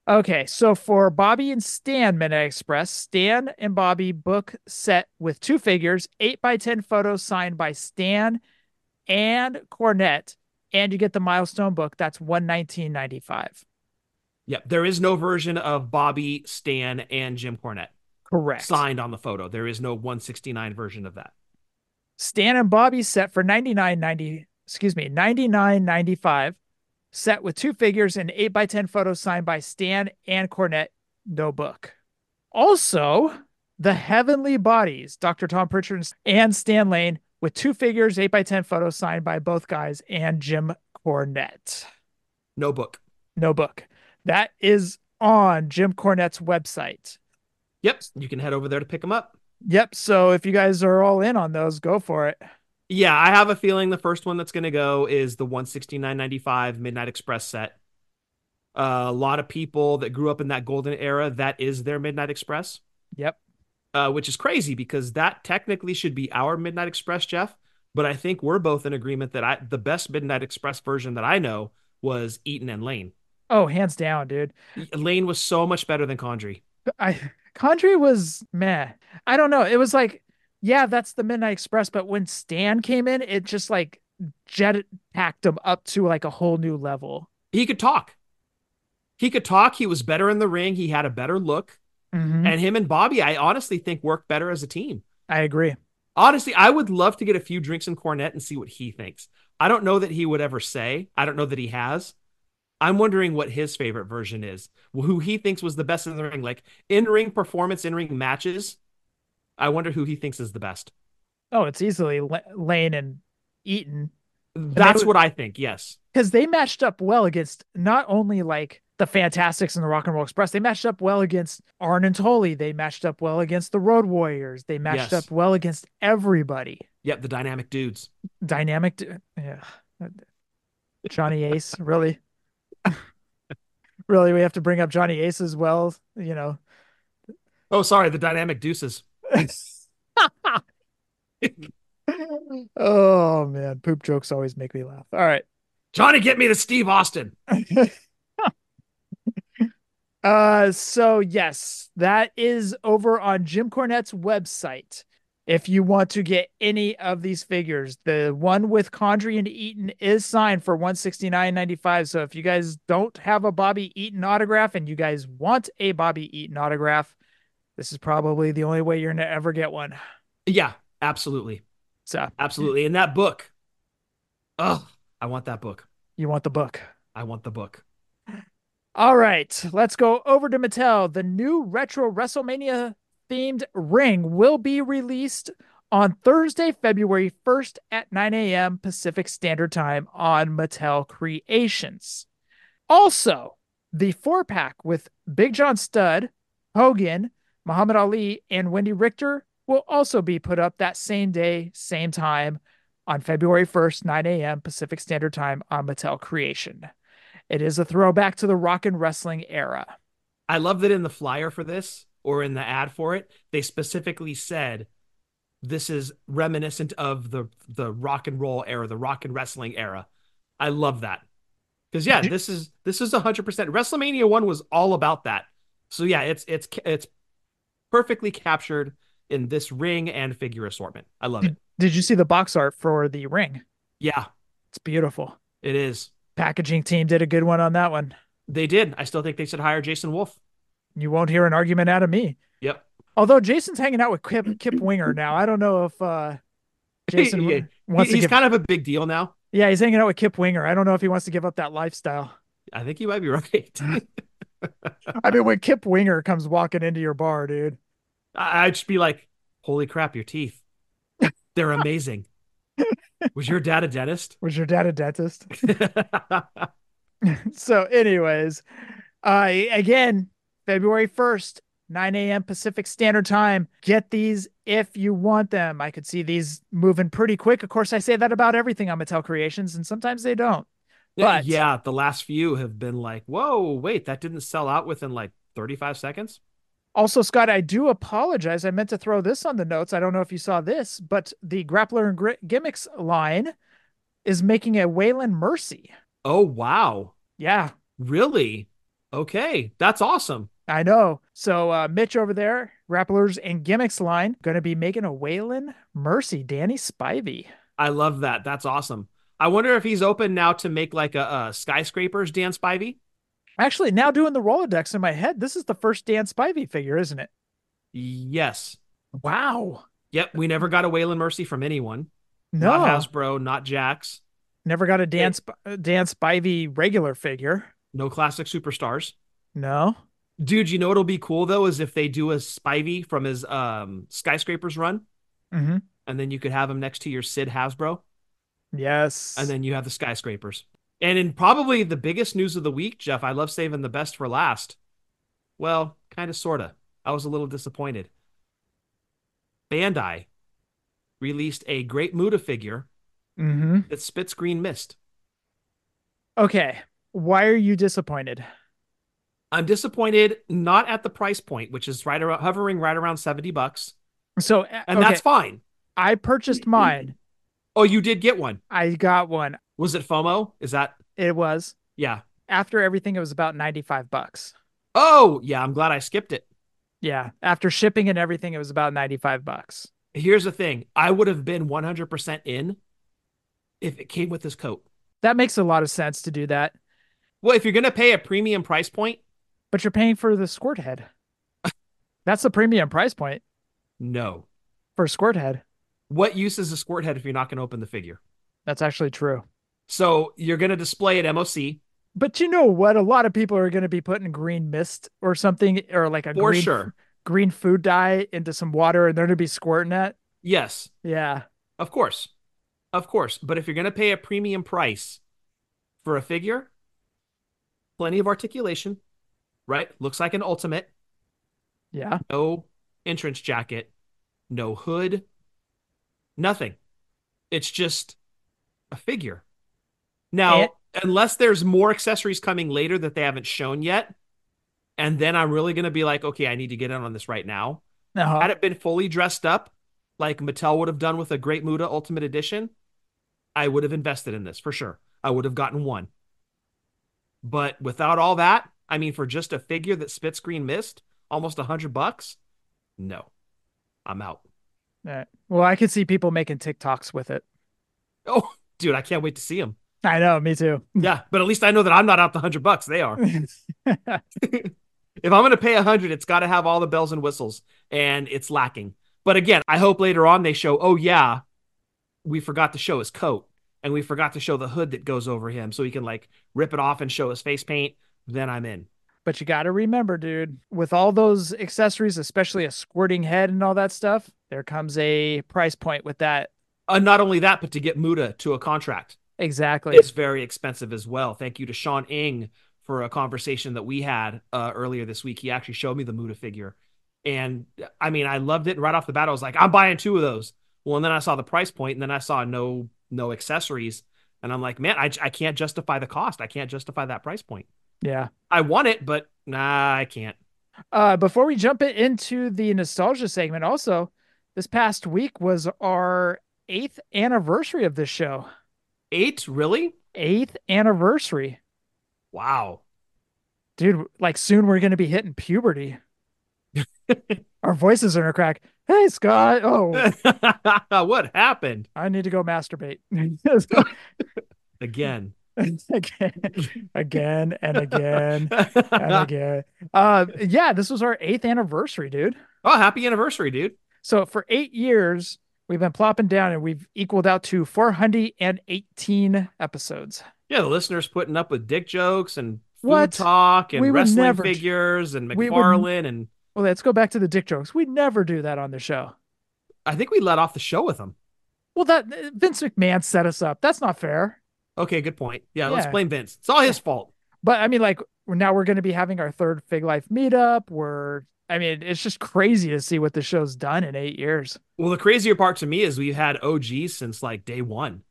Speaker 1: Okay, so for Bobby and Stan Midnight Express, Stan and Bobby book set with two figures, 8 by 10 photos signed by Stan and Cornette, and you get the milestone book. That's 119.95.
Speaker 2: Yep, there is no version of Bobby, Stan, and Jim Cornette
Speaker 1: Correct.
Speaker 2: signed on the photo. There is no 169 version of that.
Speaker 1: Stan and Bobby set for 99.90, excuse me, 99.95 set with two figures and 8 by 10 photos signed by Stan and Cornette, no book. Also, The Heavenly Bodies, Dr. Tom Pritchard and Stan Lane with two figures, 8 by 10 photos signed by both guys and Jim Cornette,
Speaker 2: No book.
Speaker 1: no book. That is on Jim Cornette's website.
Speaker 2: Yep. You can head over there to pick them up.
Speaker 1: Yep, so if you guys are all in on those, go for it.
Speaker 2: Yeah, I have a feeling the first one that's going to go is the 169.95 Midnight Express set. Uh, a lot of people that grew up in that golden era, that is their Midnight Express.
Speaker 1: Yep.
Speaker 2: uh, which is crazy because that technically should be our Midnight Express, Jeff. But I think we're both in agreement that I the best Midnight Express version that I know was Eaton and Lane.
Speaker 1: Oh, hands down, dude.
Speaker 2: Lane was so much better than Condry.
Speaker 1: I Condry was meh. I don't know. It was like, yeah, that's the Midnight Express, but when Stan came in, it just like jet packed him up to like a whole new level.
Speaker 2: He could talk. He could talk. He was better in the ring. He had a better look.
Speaker 1: Mhm.
Speaker 2: And him and Bobby, I honestly think worked better as a team.
Speaker 1: I agree.
Speaker 2: Honestly, I would love to get a few drinks in Cornet and see what he thinks. I don't know that he would ever say. I don't know that he has. I'm wondering what his favorite version is, who he thinks was the best in the ring, like in ring performance, in ring matches. I wonder who he thinks is the best.
Speaker 1: Oh, it's easily La- Lane and Eaton
Speaker 2: That's
Speaker 1: would-
Speaker 2: what I think. Yes.
Speaker 1: because they matched up well against not only like the Fantastics and the Rock and Roll Express, they matched up well against Arn and Tully. They matched up well against the Road Warriors. They matched
Speaker 2: Yes.
Speaker 1: up well against everybody.
Speaker 2: Yep. The dynamic dudes.
Speaker 1: dynamic d- yeah johnny ace really really we have to bring up johnny ace as well you know
Speaker 2: Oh, sorry. The dynamic deuces.
Speaker 1: oh man poop jokes always make me laugh all right
Speaker 2: Johnny, get me to Steve Austin.
Speaker 1: uh so yes that is over on jim cornette's website if you want to get any of these figures the one with condry and eaton is signed for 169.95 so if you guys don't have a bobby eaton autograph and you guys want a bobby eaton autograph this is probably the only way you're gonna ever get one
Speaker 2: Yeah. Absolutely.
Speaker 1: so
Speaker 2: Absolutely. In that book. Oh, I want that book.
Speaker 1: you want the book
Speaker 2: I want the book.
Speaker 1: All right, let's go over to Mattel. The new retro WrestleMania themed ring will be released on Thursday, February 1st at 9 a.m. Pacific Standard Time on Mattel Creations. Also, the four pack with Big John Studd, Hogan, Muhammad Ali, and Wendy Richter will also be put up that same day, same time on February 1st, 9 a.m. Pacific Standard Time on Mattel Creation. It is a throwback to the rock and wrestling era.
Speaker 2: I love that in the flyer for this or in the ad for it, they specifically said this is reminiscent of the the rock and roll era, the rock and wrestling era. I love that. Cuz yeah, this is this is 100% WrestleMania 1 was all about that. So yeah, it's it's it's perfectly captured in this ring and figure assortment. I love it.
Speaker 1: Did you see the box art for the ring?
Speaker 2: Yeah,
Speaker 1: It's beautiful.
Speaker 2: it is.
Speaker 1: Packaging team did a good one on that one.
Speaker 2: They did. I still think they should hire Jason Wolf.
Speaker 1: You won't hear an argument out of me.
Speaker 2: Yep.
Speaker 1: Although Jason's hanging out with Kip, Kip Winger now. I don't know if uh, Jason
Speaker 2: Yeah.
Speaker 1: wants to
Speaker 2: He- he's
Speaker 1: give.
Speaker 2: kind of a big deal now.
Speaker 1: yeah, he's hanging out with Kip Winger. I don't know if he wants to give up that lifestyle.
Speaker 2: I think you might be right.
Speaker 1: I mean, when Kip Winger comes walking into your bar, dude.
Speaker 2: I- I'd just be like, "Holy crap, your teeth! They're amazing." Was your dad a dentist?
Speaker 1: Was your dad a dentist? so anyways uh again february 1st 9 a.m pacific standard time get these if you want them i could see these moving pretty quick of course i say that about everything on mattel creations and sometimes they don't But-
Speaker 2: yeah, the last few have been like, "Whoa, wait, that didn't sell out within like 35 seconds."
Speaker 1: also scott i do apologize i meant to throw this on the notes i don't know if you saw this but the grappler and Gri- gimmicks line is making a wayland mercy
Speaker 2: Oh wow,
Speaker 1: yeah
Speaker 2: really? Okay, that's awesome.
Speaker 1: I know. So uh, Mitch over there, Grapplers and Gimmicks line, going to be making a Waylon Mercy, Danny Spivey.
Speaker 2: I love that. That's awesome. I wonder if he's open now to make like a, a skyscrapers Dan Spivey.
Speaker 1: Actually, now doing the Rolodex in my head, this is the first Dan Spivey figure, isn't it?
Speaker 2: Yes.
Speaker 1: Wow.
Speaker 2: Yep, we never got a Wayland Mercy from anyone.
Speaker 1: No,
Speaker 2: Not Hasbro, not Jax,
Speaker 1: never got a dance uh, dance by the regular figure.
Speaker 2: no classic superstars.
Speaker 1: No.
Speaker 2: Dude, you know what'll be cool though is if they do a Spivey from his um skyscrapers run,
Speaker 1: hmm
Speaker 2: and then you could have him next to your Sid Hasbro,
Speaker 1: Yes.
Speaker 2: and then you have the skyscrapers. And in probably the biggest news of the week, Jeff, I love saving the best for last. Well, kind of, sorta. I was a little disappointed. Bandai released a Great Muta figure
Speaker 1: hmm
Speaker 2: that spits green mist.
Speaker 1: Okay. Why are you disappointed?
Speaker 2: I'm disappointed not at the price point, which is right around hovering right around 70 bucks.
Speaker 1: So uh,
Speaker 2: And that's fine.
Speaker 1: I purchased mine.
Speaker 2: Oh, you did get one.
Speaker 1: I got one.
Speaker 2: Was it FOMO? Is that
Speaker 1: It was
Speaker 2: yeah.
Speaker 1: after everything. It was about ninety five bucks.
Speaker 2: Oh, yeah, I'm glad I skipped it.
Speaker 1: Yeah, after shipping and everything, it was about ninety five bucks.
Speaker 2: Here's the thing. I would have been 100% in if it came with this coat.
Speaker 1: That makes a lot of sense to do that.
Speaker 2: Well, if you're going to pay a premium price point,
Speaker 1: But you're paying for the squirt head. That's the premium price point
Speaker 2: no.
Speaker 1: for a squirt head.
Speaker 2: What use is a squirt head if you're not going to open the figure?
Speaker 1: That's actually true.
Speaker 2: So, you're going to display at MOC
Speaker 1: But you know what? A lot of people are going to be putting green mist or something, or like a
Speaker 2: for
Speaker 1: green,
Speaker 2: sure.
Speaker 1: green food dye into some water, and they're going to be squirting it.
Speaker 2: Yes.
Speaker 1: Yeah,
Speaker 2: Of course. Of course. But if you're going to pay a premium price for a figure, plenty of articulation, right? Looks like an ultimate,
Speaker 1: yeah.
Speaker 2: no entrance jacket, no hood, nothing. It's just a figure. Now,
Speaker 1: It-
Speaker 2: unless there's more accessories coming later that they haven't shown yet, and then I'm really going to be like, okay, I need to get in on this right now.
Speaker 1: Uh-huh.
Speaker 2: Had it been fully dressed up, like Mattel would have done with a Great Muta Ultimate Edition, I would have invested in this for sure. I would have gotten one. But without all that, I mean, for just a figure that spits green mist, almost a hundred bucks, no, I'm out.
Speaker 1: All right. Well, I could see people making TikToks with it.
Speaker 2: Oh, dude, I can't wait to see him.
Speaker 1: I know, me too.
Speaker 2: Yeah, but at least I know that I'm not out the hundred bucks. They are. If I'm going to pay a hundred, it's got to have all the bells and whistles, and it's lacking. But again, I hope later on they show, oh yeah, we forgot to show his coat, and we forgot to show the hood that goes over him, so he can like rip it off and show his face paint. Then I'm in.
Speaker 1: But you got to remember, dude, with all those accessories, especially a squirting head and all that stuff, there comes a price point with that.
Speaker 2: Uh, not only that, but to get Muda to a contract
Speaker 1: Exactly.
Speaker 2: is very expensive as well. Thank you to Sean Ing for a conversation that we had uh, earlier this week. He actually showed me the Muda figure, and I mean, I loved it right off the bat. I was like, I'm buying two of those. Well, and then I saw the price point, and then I saw no no accessories, and I'm like, man, I I can't justify the cost. I can't justify that price point.
Speaker 1: yeah.
Speaker 2: I want it, but nah, I can't.
Speaker 1: Uh, before we jump it into the nostalgia segment, also, this past week was our eighth anniversary of this show.
Speaker 2: Eight, really?
Speaker 1: Eighth anniversary.
Speaker 2: Wow.
Speaker 1: Dude, like soon we're going to be hitting puberty. our voices are in a crack. Hey, Scott. Oh,
Speaker 2: what happened
Speaker 1: I need to go masturbate.
Speaker 2: again?
Speaker 1: again, again and again and again. Uh, yeah, this was our eighth anniversary, dude.
Speaker 2: oh, happy anniversary, dude.
Speaker 1: So for eight years, we've been plopping down and we've equaled out to 418 episodes.
Speaker 2: Yeah, the listeners putting up with dick jokes and food
Speaker 1: What?
Speaker 2: talk and
Speaker 1: We would
Speaker 2: wrestling
Speaker 1: never-
Speaker 2: figures and
Speaker 1: We would-
Speaker 2: McFarlane and
Speaker 1: Well, let's go back to the dick jokes. We never do that on the show.
Speaker 2: I think we let off the show with them.
Speaker 1: Well, that Vince McMahon set us up. That's not fair.
Speaker 2: Okay, good point. Yeah, let's
Speaker 1: Yeah.
Speaker 2: blame Vince. It's all his fault.
Speaker 1: But I mean, like now we're going to be having our third Fig Life meetup. We're, I mean, it's just crazy to see what the show's done in eight years.
Speaker 2: Well, the crazier part to me is we've had OGs since like day one.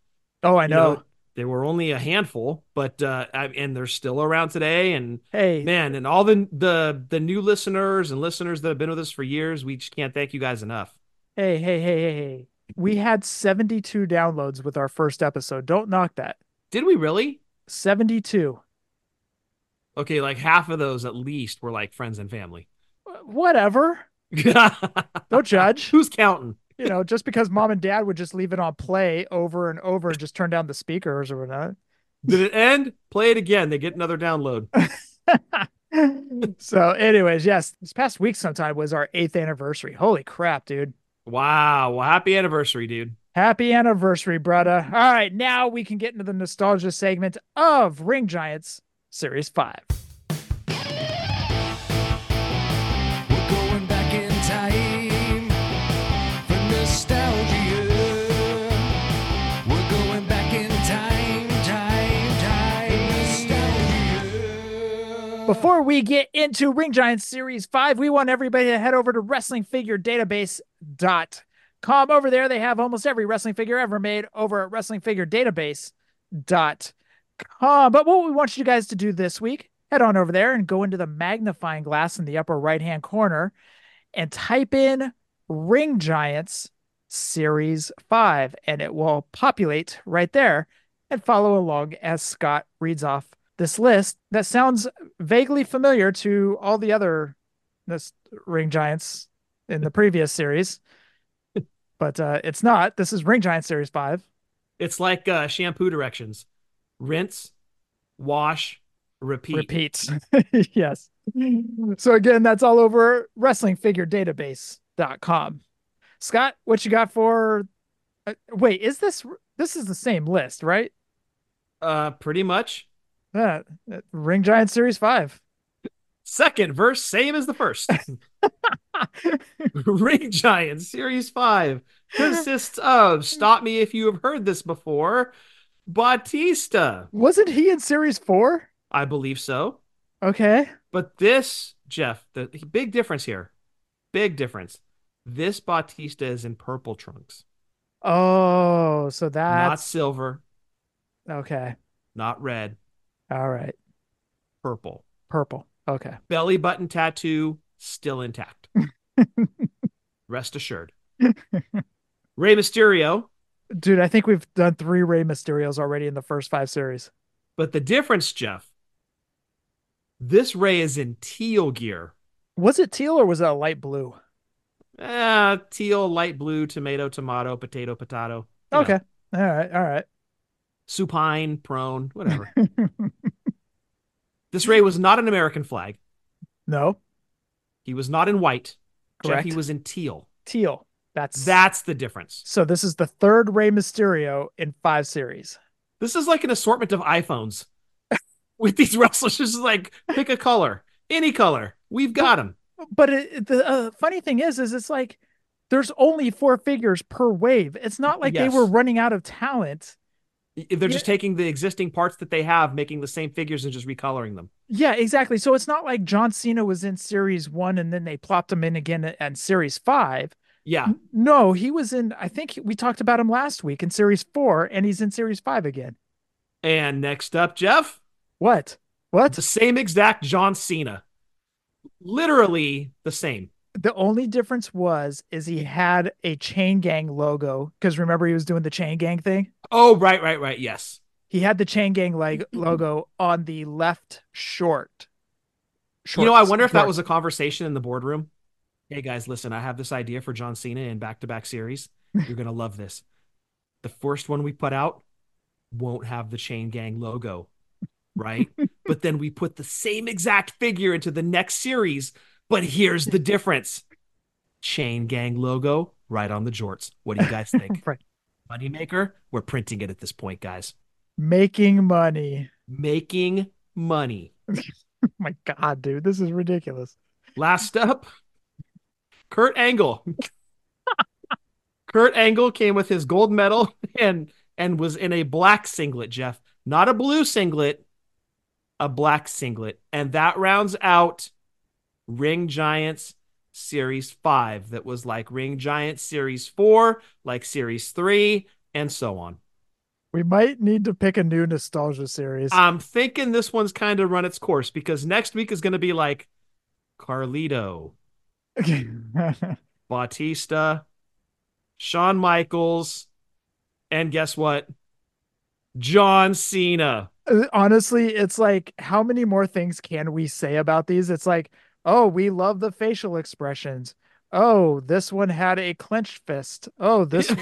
Speaker 1: Oh, I
Speaker 2: You
Speaker 1: know.
Speaker 2: there were only a handful, but uh, I- and they're still around today. And
Speaker 1: Hey,
Speaker 2: man, and all the the the new listeners and listeners that have been with us for years, we just can't thank you guys enough.
Speaker 1: Hey, hey, hey, hey, hey. We had 72 downloads with our first episode. Don't knock that.
Speaker 2: Did we really?
Speaker 1: 72.
Speaker 2: Okay, like half of those at least were like friends and family.
Speaker 1: Whatever. Don't judge.
Speaker 2: Who's counting?
Speaker 1: You know, just because mom and dad would just leave it on play over and over and just turn down the speakers or whatnot.
Speaker 2: Did it end? Play it again. They get another download.
Speaker 1: So, anyways, yes, this past week sometime was our eighth anniversary. Holy crap, dude.
Speaker 2: Wow. Well, happy anniversary, dude.
Speaker 1: Happy anniversary, brother. All right, now we can get into the nostalgia segment of Ring Giants Series 5.
Speaker 9: We're going back in time for nostalgia. We're going back in time, time, time, nostalgia.
Speaker 1: Before we get into Ring Giants Series 5, we want everybody to head over to wrestlingfiguredatabase.com. Over there, they have almost every wrestling figure ever made over at wrestlingfiguredatabase.com. But what we want you guys to do this week, head on over there and go into the magnifying glass in the upper right hand corner and type in Ring Giants Series 5, and it will populate right there and follow along as Scott reads off this list that sounds vaguely familiar to all the other this ring giants in the previous series but uh it's not this is ring giant series 5
Speaker 2: It's like uh, shampoo directions rinse, wash, repeat.
Speaker 1: repeats yes so again that's all over wrestlingfiguredatabase.com scott what you got for uh, wait is this this is the same list right
Speaker 2: Uh, pretty much.
Speaker 1: yeah uh, ring giant series 5
Speaker 2: Second verse, same as the first. Ring Giants Series 5 consists of Stop Me If You Have Heard This Before, Batista.
Speaker 1: wasn't he in series 4
Speaker 2: I believe so.
Speaker 1: okay
Speaker 2: But this, Jeff, the big difference here. Big difference. This Batista is in purple trunks,
Speaker 1: oh so
Speaker 2: not
Speaker 1: that's
Speaker 2: silver,
Speaker 1: okay
Speaker 2: not red,
Speaker 1: All right.
Speaker 2: purple.
Speaker 1: Purple. Okay.
Speaker 2: Belly button tattoo still intact. Rest assured. Rey Mysterio,
Speaker 1: Dude, I think we've done three Ray Mysterios already in the first five series.
Speaker 2: but the difference, Jeff, this Ray is in teal gear.
Speaker 1: Was it teal or was it a light blue?
Speaker 2: Ah, teal, light blue, tomato, tomato, potato, potato. you know,
Speaker 1: Okay. All right. All right.
Speaker 2: supine, prone, whatever. this Ray was not an American flag.
Speaker 1: No.
Speaker 2: He was not in white. Jeff,
Speaker 1: Correct.
Speaker 2: he was in teal.
Speaker 1: Teal. That's
Speaker 2: That's the difference.
Speaker 1: So this is the third Ray Mysterio in five series.
Speaker 2: This is like an assortment of iPhones with these wrestlers. Just like pick a color, any color. We've got them.
Speaker 1: But it, the uh, funny thing is, is it's like there's only four figures per wave. It's not like
Speaker 2: Yes.
Speaker 1: they were running out of talent.
Speaker 2: They're just taking the existing parts that they have, making the same figures, and just recoloring them.
Speaker 1: Yeah, exactly. So it's not like John Cena was in series one and then they plopped him in again in- in series five.
Speaker 2: Yeah,
Speaker 1: N- Uh, No, he was in. I think we talked about him last week in series four, and he's in series five again.
Speaker 2: And next up, Jeff,
Speaker 1: What? What?
Speaker 2: the same exact John Cena. Literally the same.
Speaker 1: The only difference was is he had a chain gang logo because remember he was doing the chain gang thing.
Speaker 2: Oh, right, right, right. Yes.
Speaker 1: He had the chain gang like
Speaker 2: Mm-hmm.
Speaker 1: logo on the left short.
Speaker 2: you know, I
Speaker 1: Shorts.
Speaker 2: wonder if that
Speaker 1: Short.
Speaker 2: was a conversation in the boardroom. Hey guys, listen, I have this idea for John Cena in back-to-back series. You're gonna love this. The first one we put out won't have the Chain Gang logo, right? but then we put the same exact figure into the next series. But here's the difference: Chain Gang logo right on the jorts. What do you guys think?
Speaker 1: Right.
Speaker 2: Moneymaker, we're printing it at this point, guys.
Speaker 1: making money.
Speaker 2: Making money.
Speaker 1: My God, dude, this is ridiculous.
Speaker 2: Last up, Kurt Angle. Kurt Angle came with his gold medal and and was in a black singlet, Jeff. Not a blue singlet, a black singlet. And that rounds out Ring Giants Series 5 that was like Ring Giants Series 4, like Series 3, and so on.
Speaker 1: We might need to pick a new nostalgia series.
Speaker 2: I'm thinking this one's kind of run its course because next week is going to be like Carlito, Uh, Bautista, Shawn Michaels, and guess what? John Cena.
Speaker 1: Uh, honestly it's like how many more things can we say about these it's like oh we love the facial expressions oh this one had a clenched fist oh this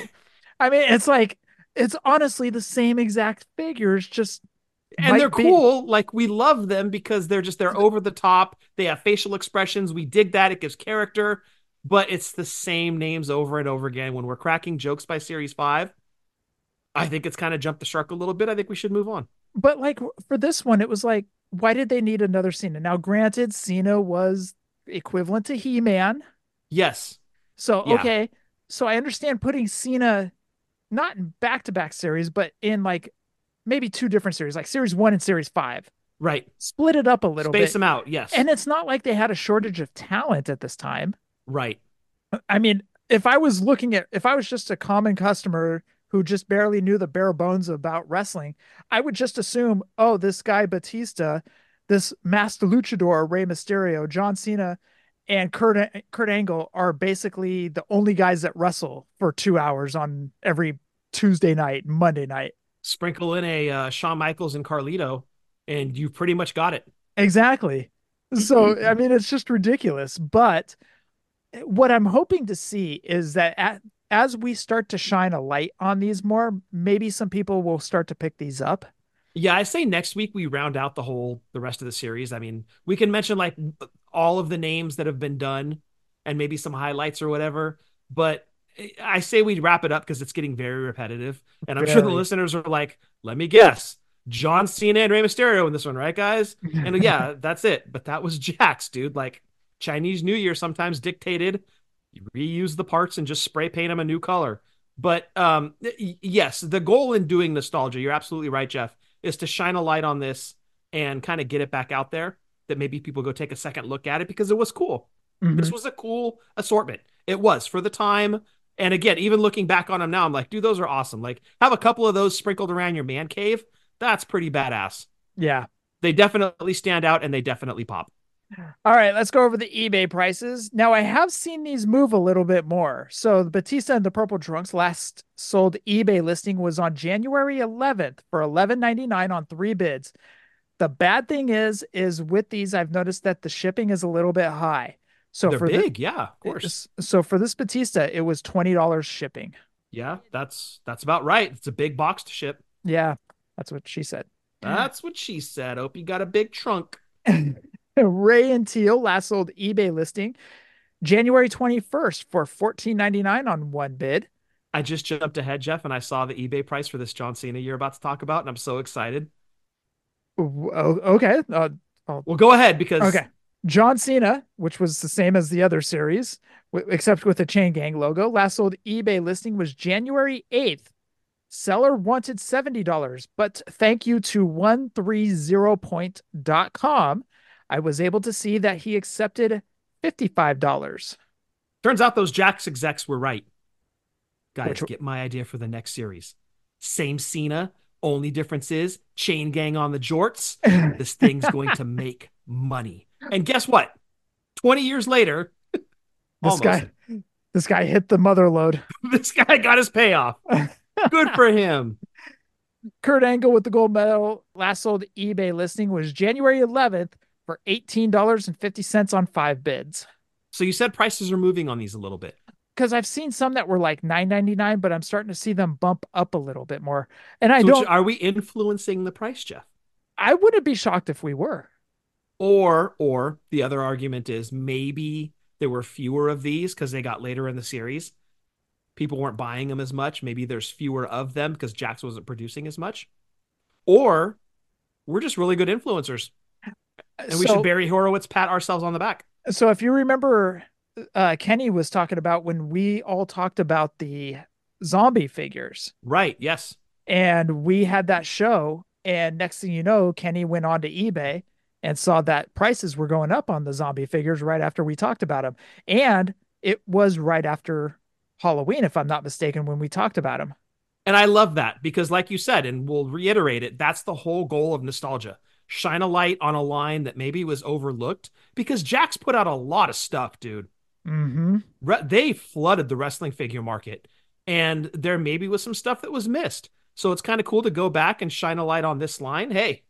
Speaker 1: i mean it's like it's honestly the same exact figures just
Speaker 2: And
Speaker 1: might
Speaker 2: they're
Speaker 1: be-
Speaker 2: cool. Like we love them because they're just they're over the top. They have facial expressions. We dig that. It gives character. but it's the same names over and over again. When we're cracking jokes by series five, I think it's kind of jumped the shark a little bit. I think we should move on.
Speaker 1: But like for this one, it was like, why did they need another Cena? Now, granted, Cena was equivalent to He Man.
Speaker 2: Yes.
Speaker 1: So,
Speaker 2: Yeah.
Speaker 1: okay. So I understand putting Cena not in back to back series, but in like maybe two different series, like series one and series five.
Speaker 2: Right.
Speaker 1: Split it up a little
Speaker 2: Space
Speaker 1: bit.
Speaker 2: them out. Yes.
Speaker 1: And it's not like they had a shortage of talent at this time.
Speaker 2: right.
Speaker 1: I mean, if I was looking at, if I was just a common customer who just barely knew the bare bones about wrestling, I would just assume, oh, this guy Batista, this master luchador Rey Mysterio, John Cena, and Kurt Kurt Angle are basically the only guys that wrestle for two hours on every Tuesday night, Monday night.
Speaker 2: Sprinkle in a uh, Shawn Michaels and Carlito, and you pretty much got it.
Speaker 1: Exactly. So, I mean, it's just ridiculous. But what I'm hoping to see is that at, as we start to shine a light on these more, maybe some people will start to pick these up.
Speaker 2: Yeah, I say next week we round out the whole the rest of the series. I mean, we can mention like all of the names that have been done and maybe some highlights or whatever, but I say we wrap it up because it's getting very repetitive. And I'm sure the
Speaker 1: Very.
Speaker 2: listeners are like, let me guess. John Cena and Rey Mysterio in this one, right, guys? And uh, yeah, that's it. But that was Jax, dude. Like Chinese New Year sometimes dictated you reuse the parts and just spray paint them a new color. But um, y- yes, the goal in doing nostalgia, you're absolutely right, Jeff, is to shine a light on this and kind of get it back out there that maybe people go take a second look at it because it was cool.
Speaker 1: Mm-hmm.
Speaker 2: This was a cool assortment. It was for the time. And again, even looking back on them now, I'm like, dude, those are awesome. Like, have a couple of those sprinkled around your man cave. That's pretty badass.
Speaker 1: Yeah.
Speaker 2: They definitely stand out and they definitely pop.
Speaker 1: All right, let's go over the eBay prices. Now, I have seen these move a little bit more. So, the Batista and the Purple Trunks last sold eBay listing was on January 11th for 11.99 on three bids. The bad thing is, is with these, I've noticed that the shipping is a little bit high. So
Speaker 2: They're
Speaker 1: for the-
Speaker 2: big, yeah, of course.
Speaker 1: S- So for this Batista, it was twenty dollars shipping.
Speaker 2: Yeah, that's that's about right. It's a big box to ship.
Speaker 1: Yeah, that's what she said.
Speaker 2: That's what she said. Hope you got a big trunk.
Speaker 1: Ray and Teal last sold eBay listing January twenty first for fourteen ninety nine on one bid.
Speaker 2: I just jumped ahead, Jeff, and I saw the eBay price for this John Cena you're about to talk about, and I'm so excited.
Speaker 1: W- o- Okay, uh,
Speaker 2: Well, go ahead because
Speaker 1: okay. John Cena, which was the same as the other series, w- except with a chain gang logo, last sold eBay listing was January eighth. Seller wanted $70, but thank you to 130point.com. I was able to see that he accepted $55.
Speaker 2: turns out those Jax execs were right. Guys,
Speaker 1: Which-
Speaker 2: get my idea for the next series. Same Cena, only difference is chain gang on the jorts. This thing's going to make money. And guess what? 20 years later,
Speaker 1: This
Speaker 2: almost,
Speaker 1: guy this guy hit the mother load.
Speaker 2: this guy got his payoff. Good for him.
Speaker 1: Kurt Angle with the gold medal last sold eBay listing was January 11th for $18.50 on 5 bids.
Speaker 2: So you said prices are moving on these a little bit.
Speaker 1: Cuz I've seen some that were like 9.99 but I'm starting to see them bump up a little bit more. And I
Speaker 2: So uh
Speaker 1: don't
Speaker 2: are we influencing the price, Jeff?
Speaker 1: I wouldn't be shocked if we were.
Speaker 2: Or or the other argument is maybe there were fewer of these because they got later in the series. People weren't buying them as much. Maybe there's fewer of them because Jax wasn't producing as much. Or we're just really good influencers. Uh, And we
Speaker 1: Uh, So-
Speaker 2: should Barry Horowitz pat ourselves on the back.
Speaker 1: So if you remember, uh, Kenny was talking about when we all talked about the zombie figures,
Speaker 2: Right. Yes.
Speaker 1: and we had that show. And next thing you know, Kenny went on to eBay and saw that prices were going up on the zombie figures right after we talked about them. And it was right after Halloween, if I'm not mistaken, when we talked about them.
Speaker 2: And I love that because, like you said, and we'll reiterate it, that's the whole goal of nostalgia. Shine a light on a line that maybe was overlooked because Jack's put out a lot of stuff, dude.
Speaker 1: Mm-hmm.
Speaker 2: Re- they flooded the wrestling figure market, and there maybe was some stuff that was missed. So it's kind of cool to go back and shine a light on this line. Hey,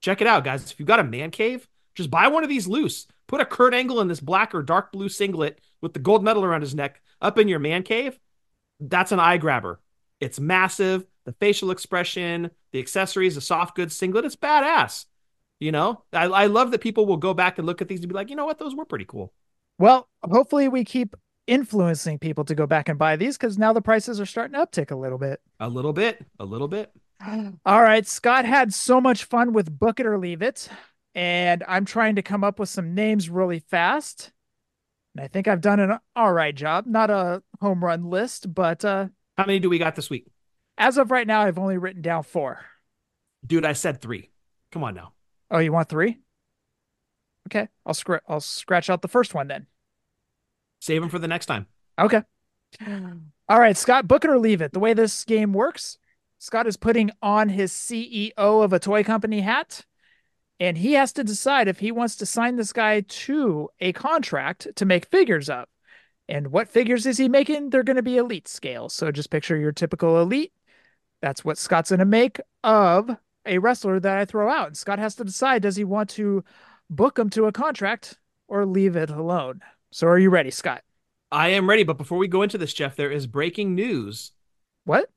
Speaker 2: check it out, guys. If you've got a man cave, just buy one of these loose. Put a Kurt Angle in this black or dark blue singlet with the gold medal around his neck up in your man cave. That's an eye grabber. It's massive. The facial expression, the accessories, the soft goods singlet, it's badass. You know, I, I love that people will go back and look at these and be like, you know what, those were pretty cool.
Speaker 1: Well, hopefully we keep influencing people to go back and buy these because now the prices are starting to uptick a little bit.
Speaker 2: A little bit, a little bit.
Speaker 1: All right, Scott had so much fun with Book It or Leave It, and I'm trying to come up with some names really fast. And I think I've done an all right job, not a home run list, but uh,
Speaker 2: How many do we got this week?
Speaker 1: as of right now, I've only written down four.
Speaker 2: Dude, I said three. Come on now.
Speaker 1: Oh, you want three? Okay, I'll scr- I'll scratch out the first one then.
Speaker 2: Save them for the next time.
Speaker 1: Okay. All right, Scott, book it or leave it. The way this game works, Scott is putting on his CEO of a toy company hat, and he has to decide if he wants to sign this guy to a contract to make figures of. And what figures is he making? They're going to be elite scale. So just picture your typical elite. That's what Scott's going to make of a wrestler that I throw out. And Scott has to decide does he want to book him to a contract or leave it alone? So are you ready, Scott?
Speaker 2: I am ready, but before we go into this, Jeff, there is breaking news.
Speaker 1: What?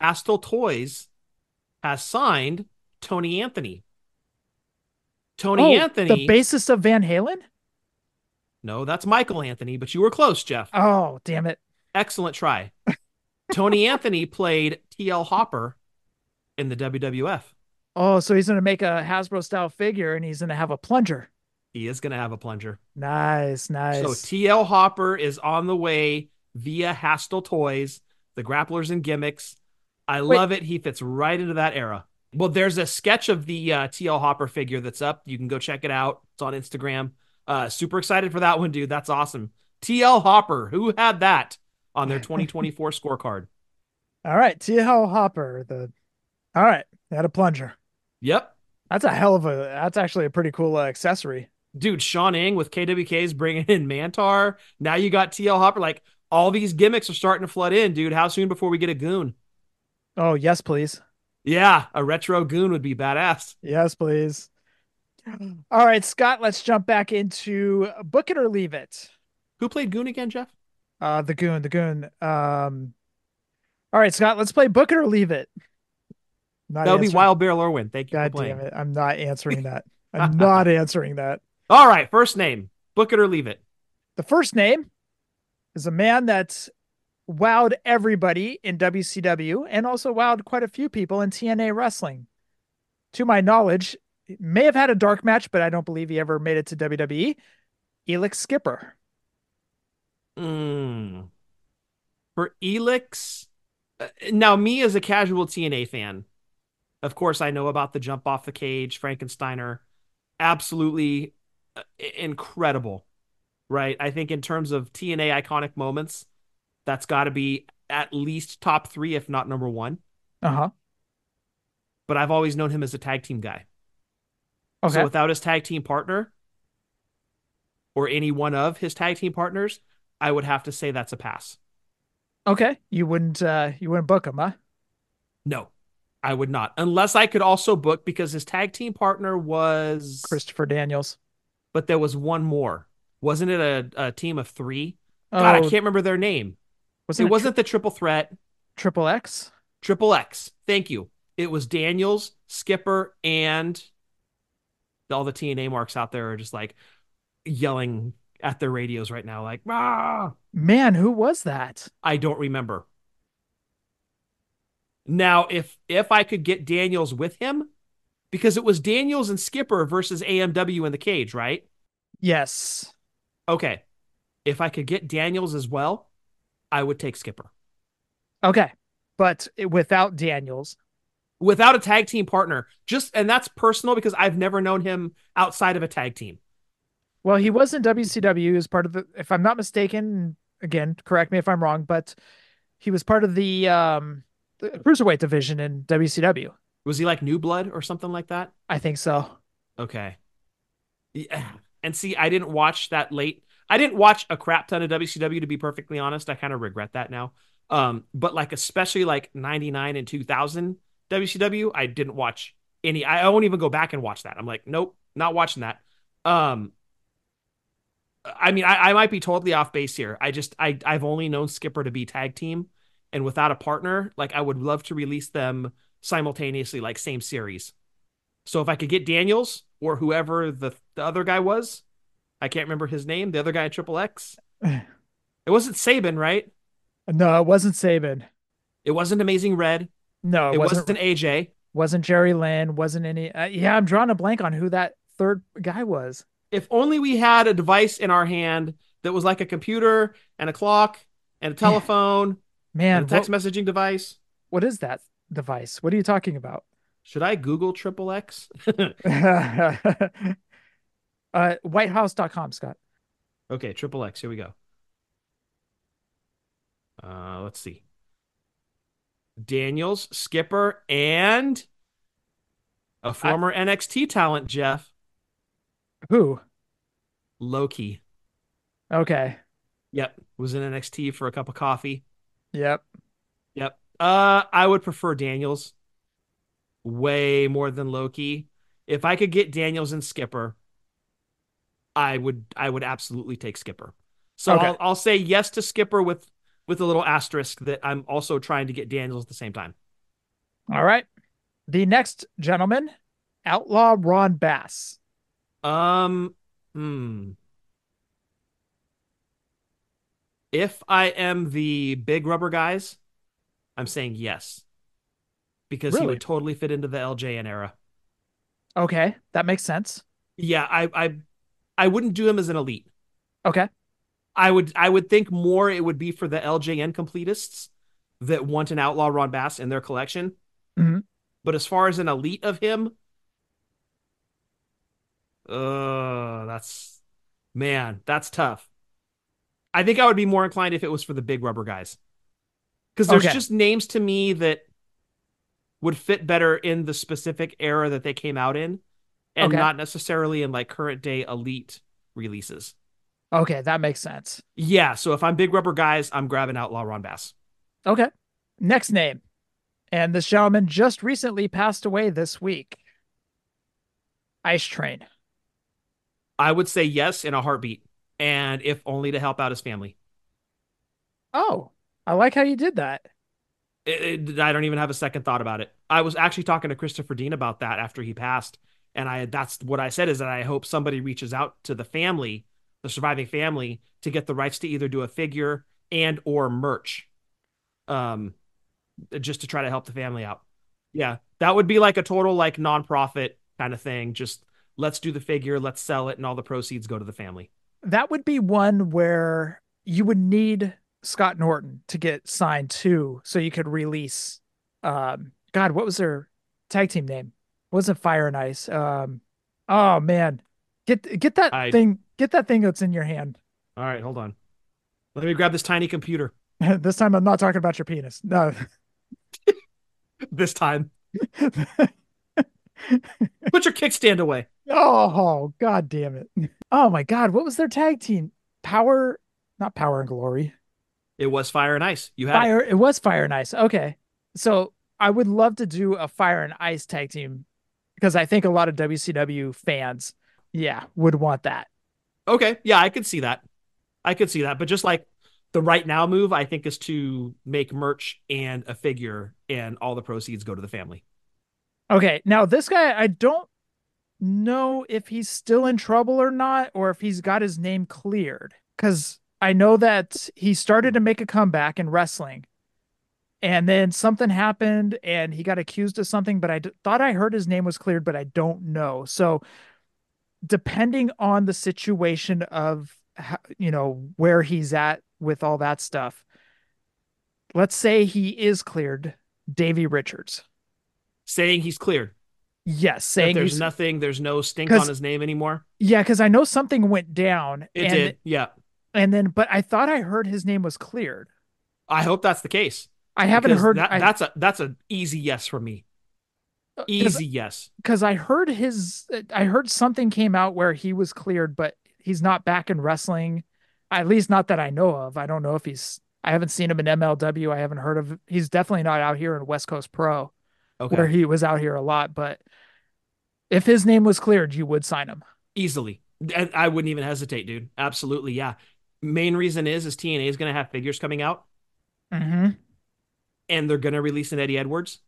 Speaker 2: Astle Toys has signed Tony Anthony. Tony
Speaker 1: Oh,
Speaker 2: Anthony.
Speaker 1: the bassist of Van Halen.
Speaker 2: no, that's Michael Anthony, but you were close, Jeff.
Speaker 1: Oh, damn it!
Speaker 2: Excellent try. Tony Anthony played TL Hopper in the WWF.
Speaker 1: Oh, so he's gonna make a Hasbro style figure, and he's gonna have a plunger.
Speaker 2: He is going to have a plunger.
Speaker 1: Nice, nice.
Speaker 2: So TL Hopper is on the way via Hastel Toys, the grapplers and gimmicks. I love it. He fits right into that era. Well, there's a sketch of the uh, TL Hopper figure that's up. You can go check it out. It's on Instagram. Uh, super excited for that one, dude. That's awesome. TL Hopper, who had that on their 2024 scorecard?
Speaker 1: All right, T.L. Hopper. The all right, he had a plunger.
Speaker 2: Yep.
Speaker 1: That's a hell of a. That's actually a pretty cool uh, accessory.
Speaker 2: Dude, Sean Ng with KWK's bringing in Mantar. Now you got TL Hopper. Like all these gimmicks are starting to flood in, dude. How soon before we get a goon?
Speaker 1: Oh yes, please.
Speaker 2: Yeah, a retro goon would be badass.
Speaker 1: Yes, please. All right, Scott. Let's jump back into book it or leave it.
Speaker 2: Who played goon again, Jeff?
Speaker 1: Uh, the goon, the goon. Um, all right, Scott. Let's play book it or leave it. Not
Speaker 2: That would be
Speaker 1: answering.
Speaker 2: Wild Bear Lorwyn. Thank you
Speaker 1: God
Speaker 2: for playing.
Speaker 1: damn it. I'm not answering that. I'm not answering that.
Speaker 2: All right, first name. Book it or leave it.
Speaker 1: The first name is a man that wowed everybody in WCW and also wowed quite a few people in TNA wrestling. To my knowledge, he may have had a dark match, but I don't believe he ever made it to WWE. Elix Skipper.
Speaker 2: Mm. For Elix. uh, Now, me as a casual TNA fan, of course, I know about the jump off the cage, Frankensteiner. Absolutely uh, i- incredible, right? I think in terms of TNA iconic moments, that's got to be at least top three, if not number one.
Speaker 1: Uh huh.
Speaker 2: But I've always known him as a tag team guy.
Speaker 1: Okay.
Speaker 2: So without his tag team partner or any one of his tag team partners, I would have to say that's a pass.
Speaker 1: okay. You wouldn't uh you wouldn't book him, huh?
Speaker 2: No, I would not. Unless I could also book because his tag team partner was
Speaker 1: Christopher Daniels.
Speaker 2: but there was one more. Wasn't it a, a team of three? God, I can't remember their name.
Speaker 1: Oh, was
Speaker 2: it Oh. wasn't the triple threat,
Speaker 1: triple X?
Speaker 2: triple X. Thank you. It was Daniels, Skipper, and all the TNA marks out there are just like yelling at their radios right now, like, ah.
Speaker 1: Man, who was that?
Speaker 2: I don't remember. Now, if if I could get Daniels with him, because it was Daniels and Skipper versus AMW in the cage, right?
Speaker 1: Yes.
Speaker 2: Okay. If I could get Daniels as well, I would take Skipper.
Speaker 1: Okay. But without Daniels.
Speaker 2: Without a tag team partner, just and that's personal because I've never known him outside of a tag team.
Speaker 1: Well, he was in WCW as part of the, if I'm not mistaken, again, correct me if I'm wrong, but he was part of the um the cruiserweight division in WCW.
Speaker 2: Was he like New Blood or something like that?
Speaker 1: I think so.
Speaker 2: Okay. Yeah. And see, I didn't watch that late. I didn't watch a crap ton of WCW to be perfectly honest. I kind of regret that now. Um, but like especially like 99 and 2000 WCW, I didn't watch any. I won't even go back and watch that. I'm like, nope, not watching that. Um I mean, I, I might be totally off base here. I just I I've only known Skipper to be tag team and without a partner, like I would love to release them simultaneously, like same series. So if I could get Daniels or whoever the, the other guy was, I can't remember his name, the other guy in Triple X, It wasn't Saban, right?
Speaker 1: No, it wasn't Saban.
Speaker 2: It wasn't Amazing Red.
Speaker 1: No, it,
Speaker 2: It,
Speaker 1: wasn't.
Speaker 2: wasn't, AJ.
Speaker 1: Wasn't Jerry Lynn. Wasn't any. Uh, yeah, I'm drawing a blank on who that third guy was.
Speaker 2: If only we had a device in our hand that was like a computer and a clock and a telephone
Speaker 1: Man,
Speaker 2: and a text
Speaker 1: what-
Speaker 2: messaging device.
Speaker 1: what is that device? What are you talking about?
Speaker 2: Should I Google triple X?
Speaker 1: uh, whitehouse.com, Scott.
Speaker 2: Okay, triple X. Here we go. Uh, let's see. Daniels, Skipper, and a former NXT talent, Jeff
Speaker 1: Who?
Speaker 2: Loki.
Speaker 1: Okay.
Speaker 2: Yep, was in NXT for a cup of coffee.
Speaker 1: Yep.
Speaker 2: Yep. Uh, I would prefer Daniels way more than Loki. If I could get Daniels and Skipper, I would I would absolutely take Skipper. So
Speaker 1: Okay.
Speaker 2: I'll, I'll say yes to Skipper with with a little asterisk that I'm also trying to get Daniels at the same time.
Speaker 1: All right. The next gentleman, Outlaw Ron Bass.
Speaker 2: Um, hmm. If I am the big rubber guys, I'm saying yes. Because he
Speaker 1: Really?
Speaker 2: would totally fit into the LJN era.
Speaker 1: Okay. That makes sense.
Speaker 2: Yeah, I I I wouldn't do him as an elite.
Speaker 1: Okay.
Speaker 2: I would I would think more it would be for the LJN completists that want an outlaw Ron Bass in their collection.
Speaker 1: Mhm.
Speaker 2: But as far as an elite of him, uh that's man, that's tough. I think I would be more inclined if it was for the big rubber guys. Because there's
Speaker 1: Okay.
Speaker 2: just names to me that would fit better in the specific era that they came out in and
Speaker 1: Okay.
Speaker 2: not necessarily in like current day elite releases.
Speaker 1: Okay. That makes sense.
Speaker 2: Yeah, so if I'm big rubber guys, I'm grabbing outlaw Ron Bass.
Speaker 1: Okay. Next name. And the gentleman just recently passed away this week. Ice Train.
Speaker 2: I would say yes in a heartbeat, and if only to help out his family.
Speaker 1: Oh, I like how you did that.
Speaker 2: It- it- I don't even have a second thought about it. I was actually talking to Christopher Dean about that after he passed, and I that's what I said is that I hope somebody reaches out to the family, the surviving family, to get the rights to either do a figure and or merch, um, just to try to help the family out. Yeah, that would be like a total like nonprofit kind of thing. Just let's do the figure, let's sell it, and all the proceeds go to the family.
Speaker 1: That would be one where you would need Scott Norton to get signed too, so you could release. Um, God, what was their tag team name? It wasn't Fire and Ice. Um, oh man, get get that
Speaker 2: I-
Speaker 1: thing, get that thing that's in your hand.
Speaker 2: All right, hold on. Let me grab this tiny computer.
Speaker 1: this time, I'm not talking about your penis. No,
Speaker 2: This time, put your kickstand away.
Speaker 1: oh God damn it! Oh my God, what was their tag team? Power, not Power and Glory.
Speaker 2: It was fire and ice. You had it.
Speaker 1: Fire. It. was Fire and Ice. Okay. So I would love to do a Fire and Ice tag team because I think a lot of WCW fans, yeah, would want that.
Speaker 2: Okay, yeah, I could see that. I could see that, but just like the right now move, I think is to make merch and a figure, and all the proceeds go to the family.
Speaker 1: Okay. Now, this guy, I don't know if he's still in trouble or not, or if he's got his name cleared because I know that he started to make a comeback in wrestling. And then something happened and he got accused of something, but I d- thought I heard his name was cleared, but I don't know. So, depending on the situation of ho- you know where he's at with all that stuff let's say he is cleared davy richards
Speaker 2: Saying he's cleared.
Speaker 1: yes
Speaker 2: That
Speaker 1: saying
Speaker 2: there's
Speaker 1: he's,
Speaker 2: nothing. There's no stink
Speaker 1: 'Cause-
Speaker 2: on his name anymore.
Speaker 1: yeah because i know something went down
Speaker 2: It
Speaker 1: and,
Speaker 2: did. Yeah,
Speaker 1: and then but i thought i heard his name was cleared
Speaker 2: I hope that's the case.
Speaker 1: i haven't
Speaker 2: because
Speaker 1: heard
Speaker 2: that.
Speaker 1: I-
Speaker 2: that's a that's an easy yes for me. Easy yes.
Speaker 1: because I heard his, I heard something came out where he was cleared, but he's not back in wrestling, at least not that I know of. I don't know if he's, I haven't seen him in MLW. I haven't heard of. He's definitely not out here in West Coast Pro,
Speaker 2: Okay,
Speaker 1: where he was out here a lot. But if his name was cleared, you would sign him.
Speaker 2: easily. And I wouldn't even hesitate, dude. Absolutely, yeah. Main reason is is TNA is going to have figures coming out,
Speaker 1: Mm-hmm.
Speaker 2: and they're going to release an Eddie Edwards.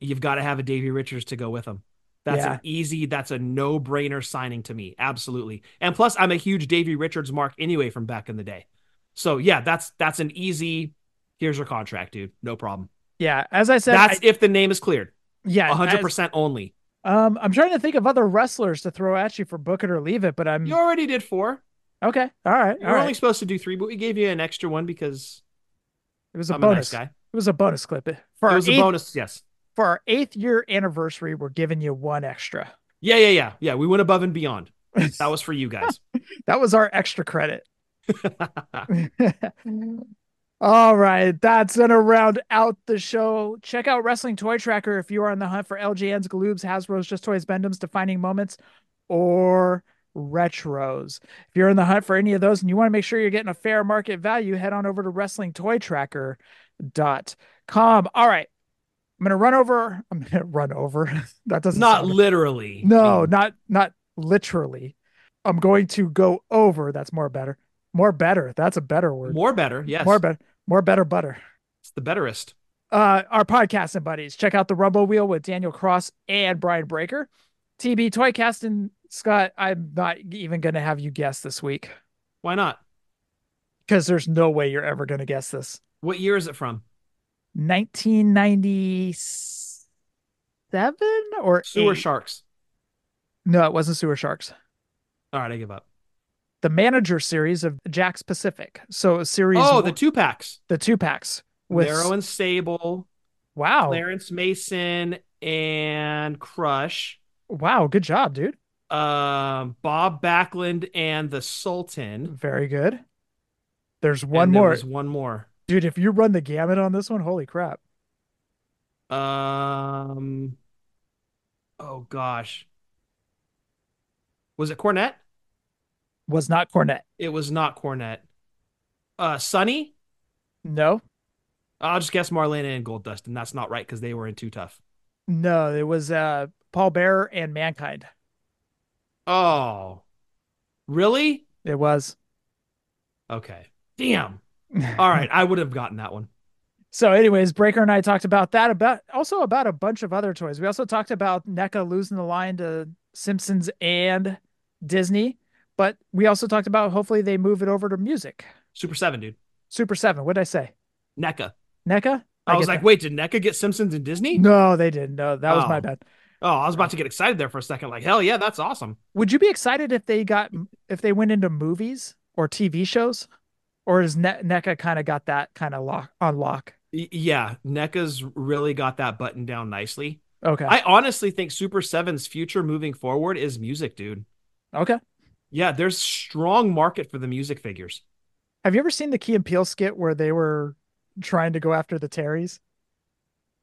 Speaker 2: You've got to have a Davey Richards to go with them. That's
Speaker 1: Yeah.
Speaker 2: an easy. That's a no brainer signing to me. Absolutely. And plus, I'm a huge Davey Richards mark anyway from back in the day, So yeah, that's that's an easy. Here's your contract, dude. No problem.
Speaker 1: Yeah, as I said, I-
Speaker 2: that's if the name is cleared.
Speaker 1: yeah,
Speaker 2: hundred
Speaker 1: as-
Speaker 2: percent only.
Speaker 1: Um, I'm trying to think of other wrestlers to throw at you for book it or leave it, but I'm
Speaker 2: You already did four.
Speaker 1: okay. All right, Hmm.
Speaker 2: You
Speaker 1: all
Speaker 2: were
Speaker 1: right.
Speaker 2: only supposed to do three, but we gave you an extra one because
Speaker 1: It was a
Speaker 2: I'm a nice
Speaker 1: bonus.
Speaker 2: guy.
Speaker 1: It was a bonus clip for
Speaker 2: It
Speaker 1: our
Speaker 2: was
Speaker 1: eighth,
Speaker 2: a bonus. Yes.
Speaker 1: for our eighth year anniversary. We're giving you one extra.
Speaker 2: Yeah, yeah, yeah, yeah. We went above and beyond. That was for you guys.
Speaker 1: That was our extra credit. All right, that's gonna round out the show. Check out Wrestling Toy Tracker if you are on the hunt for LGN's, Gloob's, Hasbro's, Just Toys, Bendham's, Defining Moments, or Retros. If you're in the hunt for any of those and you want to make sure you're getting a fair market value, head on over to WrestlingToyTracker.com. All right, I'm gonna run over. I'm gonna run over. that doesn't
Speaker 2: Not Mm.
Speaker 1: sound-
Speaker 2: literally.
Speaker 1: no, not not literally. I'm going to go over. That's more better. More better. That's a better word.
Speaker 2: More better. Yes.
Speaker 1: More better. More better butter.
Speaker 2: It's the betterest.
Speaker 1: Uh, our podcasting buddies. Check out the Rumble Wheel with Daniel Cross and Brian Breaker. TB Toycast and Scott. I'm not even going to have you guess this week
Speaker 2: Why not?
Speaker 1: because there's no way you're ever going to guess this.
Speaker 2: What year is it from?
Speaker 1: 1997 or
Speaker 2: Sewer
Speaker 1: eight?
Speaker 2: Sharks.
Speaker 1: No, it wasn't Sewer Sharks.
Speaker 2: All right, I give up.
Speaker 1: The manager series of Jack's Pacific. So a series.
Speaker 2: Oh,
Speaker 1: one-
Speaker 2: the two packs.
Speaker 1: the two packs with Oh.
Speaker 2: Darrow and Sable,
Speaker 1: wow
Speaker 2: Clarence Mason, and Crush.
Speaker 1: wow good job dude
Speaker 2: Um, Bob Backlund and the Sultan.
Speaker 1: very good there's
Speaker 2: And
Speaker 1: one
Speaker 2: there
Speaker 1: more
Speaker 2: was one more.
Speaker 1: dude if you run the gamut on this one holy crap
Speaker 2: Um. Oh gosh. Was it Cornet?
Speaker 1: was not cornet
Speaker 2: It was not Cornet. Uh, Sonny.
Speaker 1: no
Speaker 2: I'll just guess Marlena and Gold Dust, and that's not right because they were in Too Tough.
Speaker 1: no it was uh paul bearer and mankind
Speaker 2: Oh, really?
Speaker 1: it was Uh,
Speaker 2: Okay. Damn. All right, I would have gotten that one.
Speaker 1: so anyways breaker and i talked about that about also about a bunch of other toys we also talked about NECA losing the line to simpsons and disney but we also talked about hopefully they move it over to music
Speaker 2: Super Seven, dude.
Speaker 1: super seven what'd i say
Speaker 2: NECA.
Speaker 1: NECA?
Speaker 2: I, was
Speaker 1: get
Speaker 2: like,
Speaker 1: that.
Speaker 2: wait, did NECA get Simpsons and Disney?
Speaker 1: No, they didn't. No, that was my
Speaker 2: Oh.
Speaker 1: bad.
Speaker 2: Oh, I was about to get excited there for a second. Like, hell yeah, that's awesome.
Speaker 1: Would you be excited if they got if they went into movies or TV shows, or is ne- E NECA kind of got that kind of lock on lock?
Speaker 2: Y- yeah, NECA's really got that button down nicely.
Speaker 1: Okay,
Speaker 2: I honestly think Super Seven's future moving forward is music, dude.
Speaker 1: okay.
Speaker 2: Yeah, there's strong market for the music figures.
Speaker 1: Have you ever seen the Key and Peele skit where they were trying to go after the Terrys?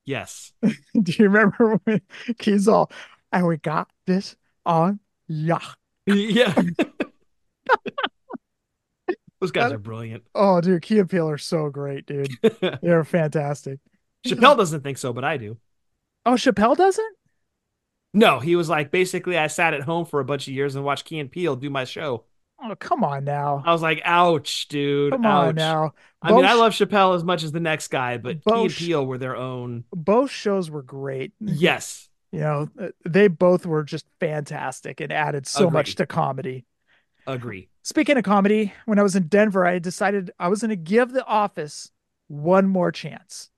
Speaker 2: Yes.
Speaker 1: Do you remember when Key's all, and we got this on yeah.
Speaker 2: yeah. Those guys are brilliant.
Speaker 1: Oh, dude, Key and Peele are so great, dude. They're fantastic.
Speaker 2: Chappelle doesn't think so, but I do.
Speaker 1: Oh, Chappelle doesn't?
Speaker 2: No, he was like, basically, I sat at home for a bunch of years and watched Key and Peele do my show.
Speaker 1: Oh, come on now.
Speaker 2: I was like, ouch, dude.
Speaker 1: Come
Speaker 2: ouch.
Speaker 1: on now.
Speaker 2: I mean, I
Speaker 1: Both-
Speaker 2: love Chappelle as much as the next guy, but Key and
Speaker 1: Both- Mm-hmm.
Speaker 2: Peele were their own.
Speaker 1: both shows were great.
Speaker 2: Yes.
Speaker 1: You know, uh, they both were just fantastic and added so much
Speaker 2: Agreed.
Speaker 1: to comedy.
Speaker 2: Agree.
Speaker 1: Speaking of comedy, when I was in Denver, I decided I was going to give The Office one more chance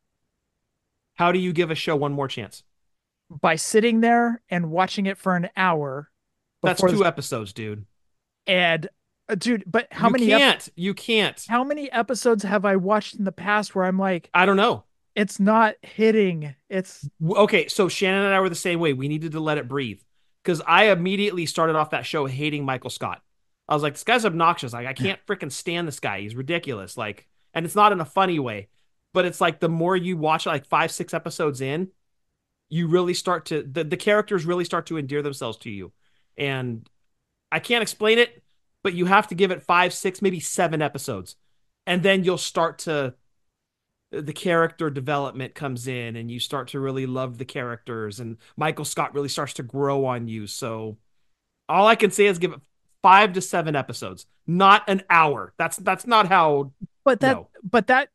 Speaker 2: How do you give a show one more chance?
Speaker 1: by sitting there and watching it for an hour.
Speaker 2: That's
Speaker 1: before
Speaker 2: two
Speaker 1: this-
Speaker 2: episodes, dude.
Speaker 1: and uh, dude, but how
Speaker 2: you
Speaker 1: many ep-
Speaker 2: can't you can't
Speaker 1: how many episodes have I watched in the past where I'm like,
Speaker 2: i don't know
Speaker 1: it's not hitting. It's
Speaker 2: W- okay so shannon and i were the same way we needed to let it breathe because i immediately started off that show hating michael scott i was like this guy's obnoxious like i can't freaking stand this guy he's ridiculous like and it's not in a funny way but it's like the more you watch it, like five six episodes in you really start to the, the characters really start to endear themselves to you and i can't explain it but you have to give it five six maybe seven episodes and then you'll start to the character development comes in and you start to really love the characters and Michael Scott really starts to grow on you. So all I can say is give it 5 to 7 episodes, not an hour. That's that's not how
Speaker 1: but that
Speaker 2: No.
Speaker 1: but that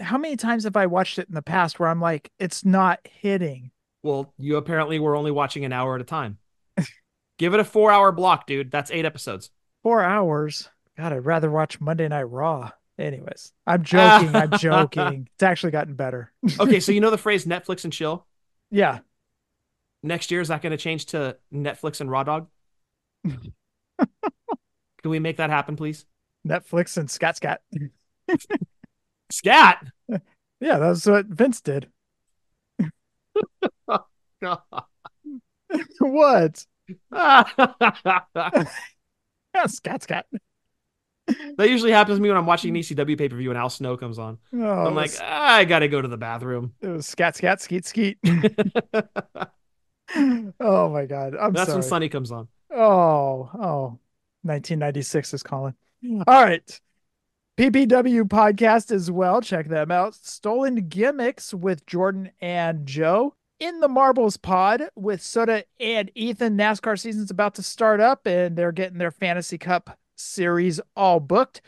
Speaker 1: how many times have I watched it in the past where I'm like, it's not hitting.
Speaker 2: well you apparently were only watching an hour at a time. give it a 4 hour block, dude. That's 8 episodes.
Speaker 1: four hours. God, I'd rather watch Monday Night Raw. Anyways,
Speaker 2: Ah.
Speaker 1: I'm joking. I'm joking. It's actually gotten better.
Speaker 2: Okay, so you know the phrase Netflix and chill.
Speaker 1: Yeah.
Speaker 2: Next year is that going to change to Netflix and Raw Dog? Can we make that happen, please?
Speaker 1: Netflix and Scat Scat.
Speaker 2: Scat.
Speaker 1: Yeah, that's what Vince did. what?
Speaker 2: that
Speaker 1: Scat Scat.
Speaker 2: usually happens to me when I'm watching an E ECW pay per view and Al Snow comes on.
Speaker 1: Oh,
Speaker 2: I'm
Speaker 1: it
Speaker 2: like, "Ah,
Speaker 1: was-
Speaker 2: I gotta go to the bathroom.
Speaker 1: it was Scat Scat Skeet Skeet. oh my God. I'm
Speaker 2: That's when
Speaker 1: sorry.
Speaker 2: Sunny comes on.
Speaker 1: Oh, oh, 1996 is calling. All right. PPW podcast as well. Check them out. Stolen Gimmicks with Jordan and Joe. In the Marbles pod with Soda and Ethan. NASCAR season's about to start up and they're getting their Fantasy Cup series all booked.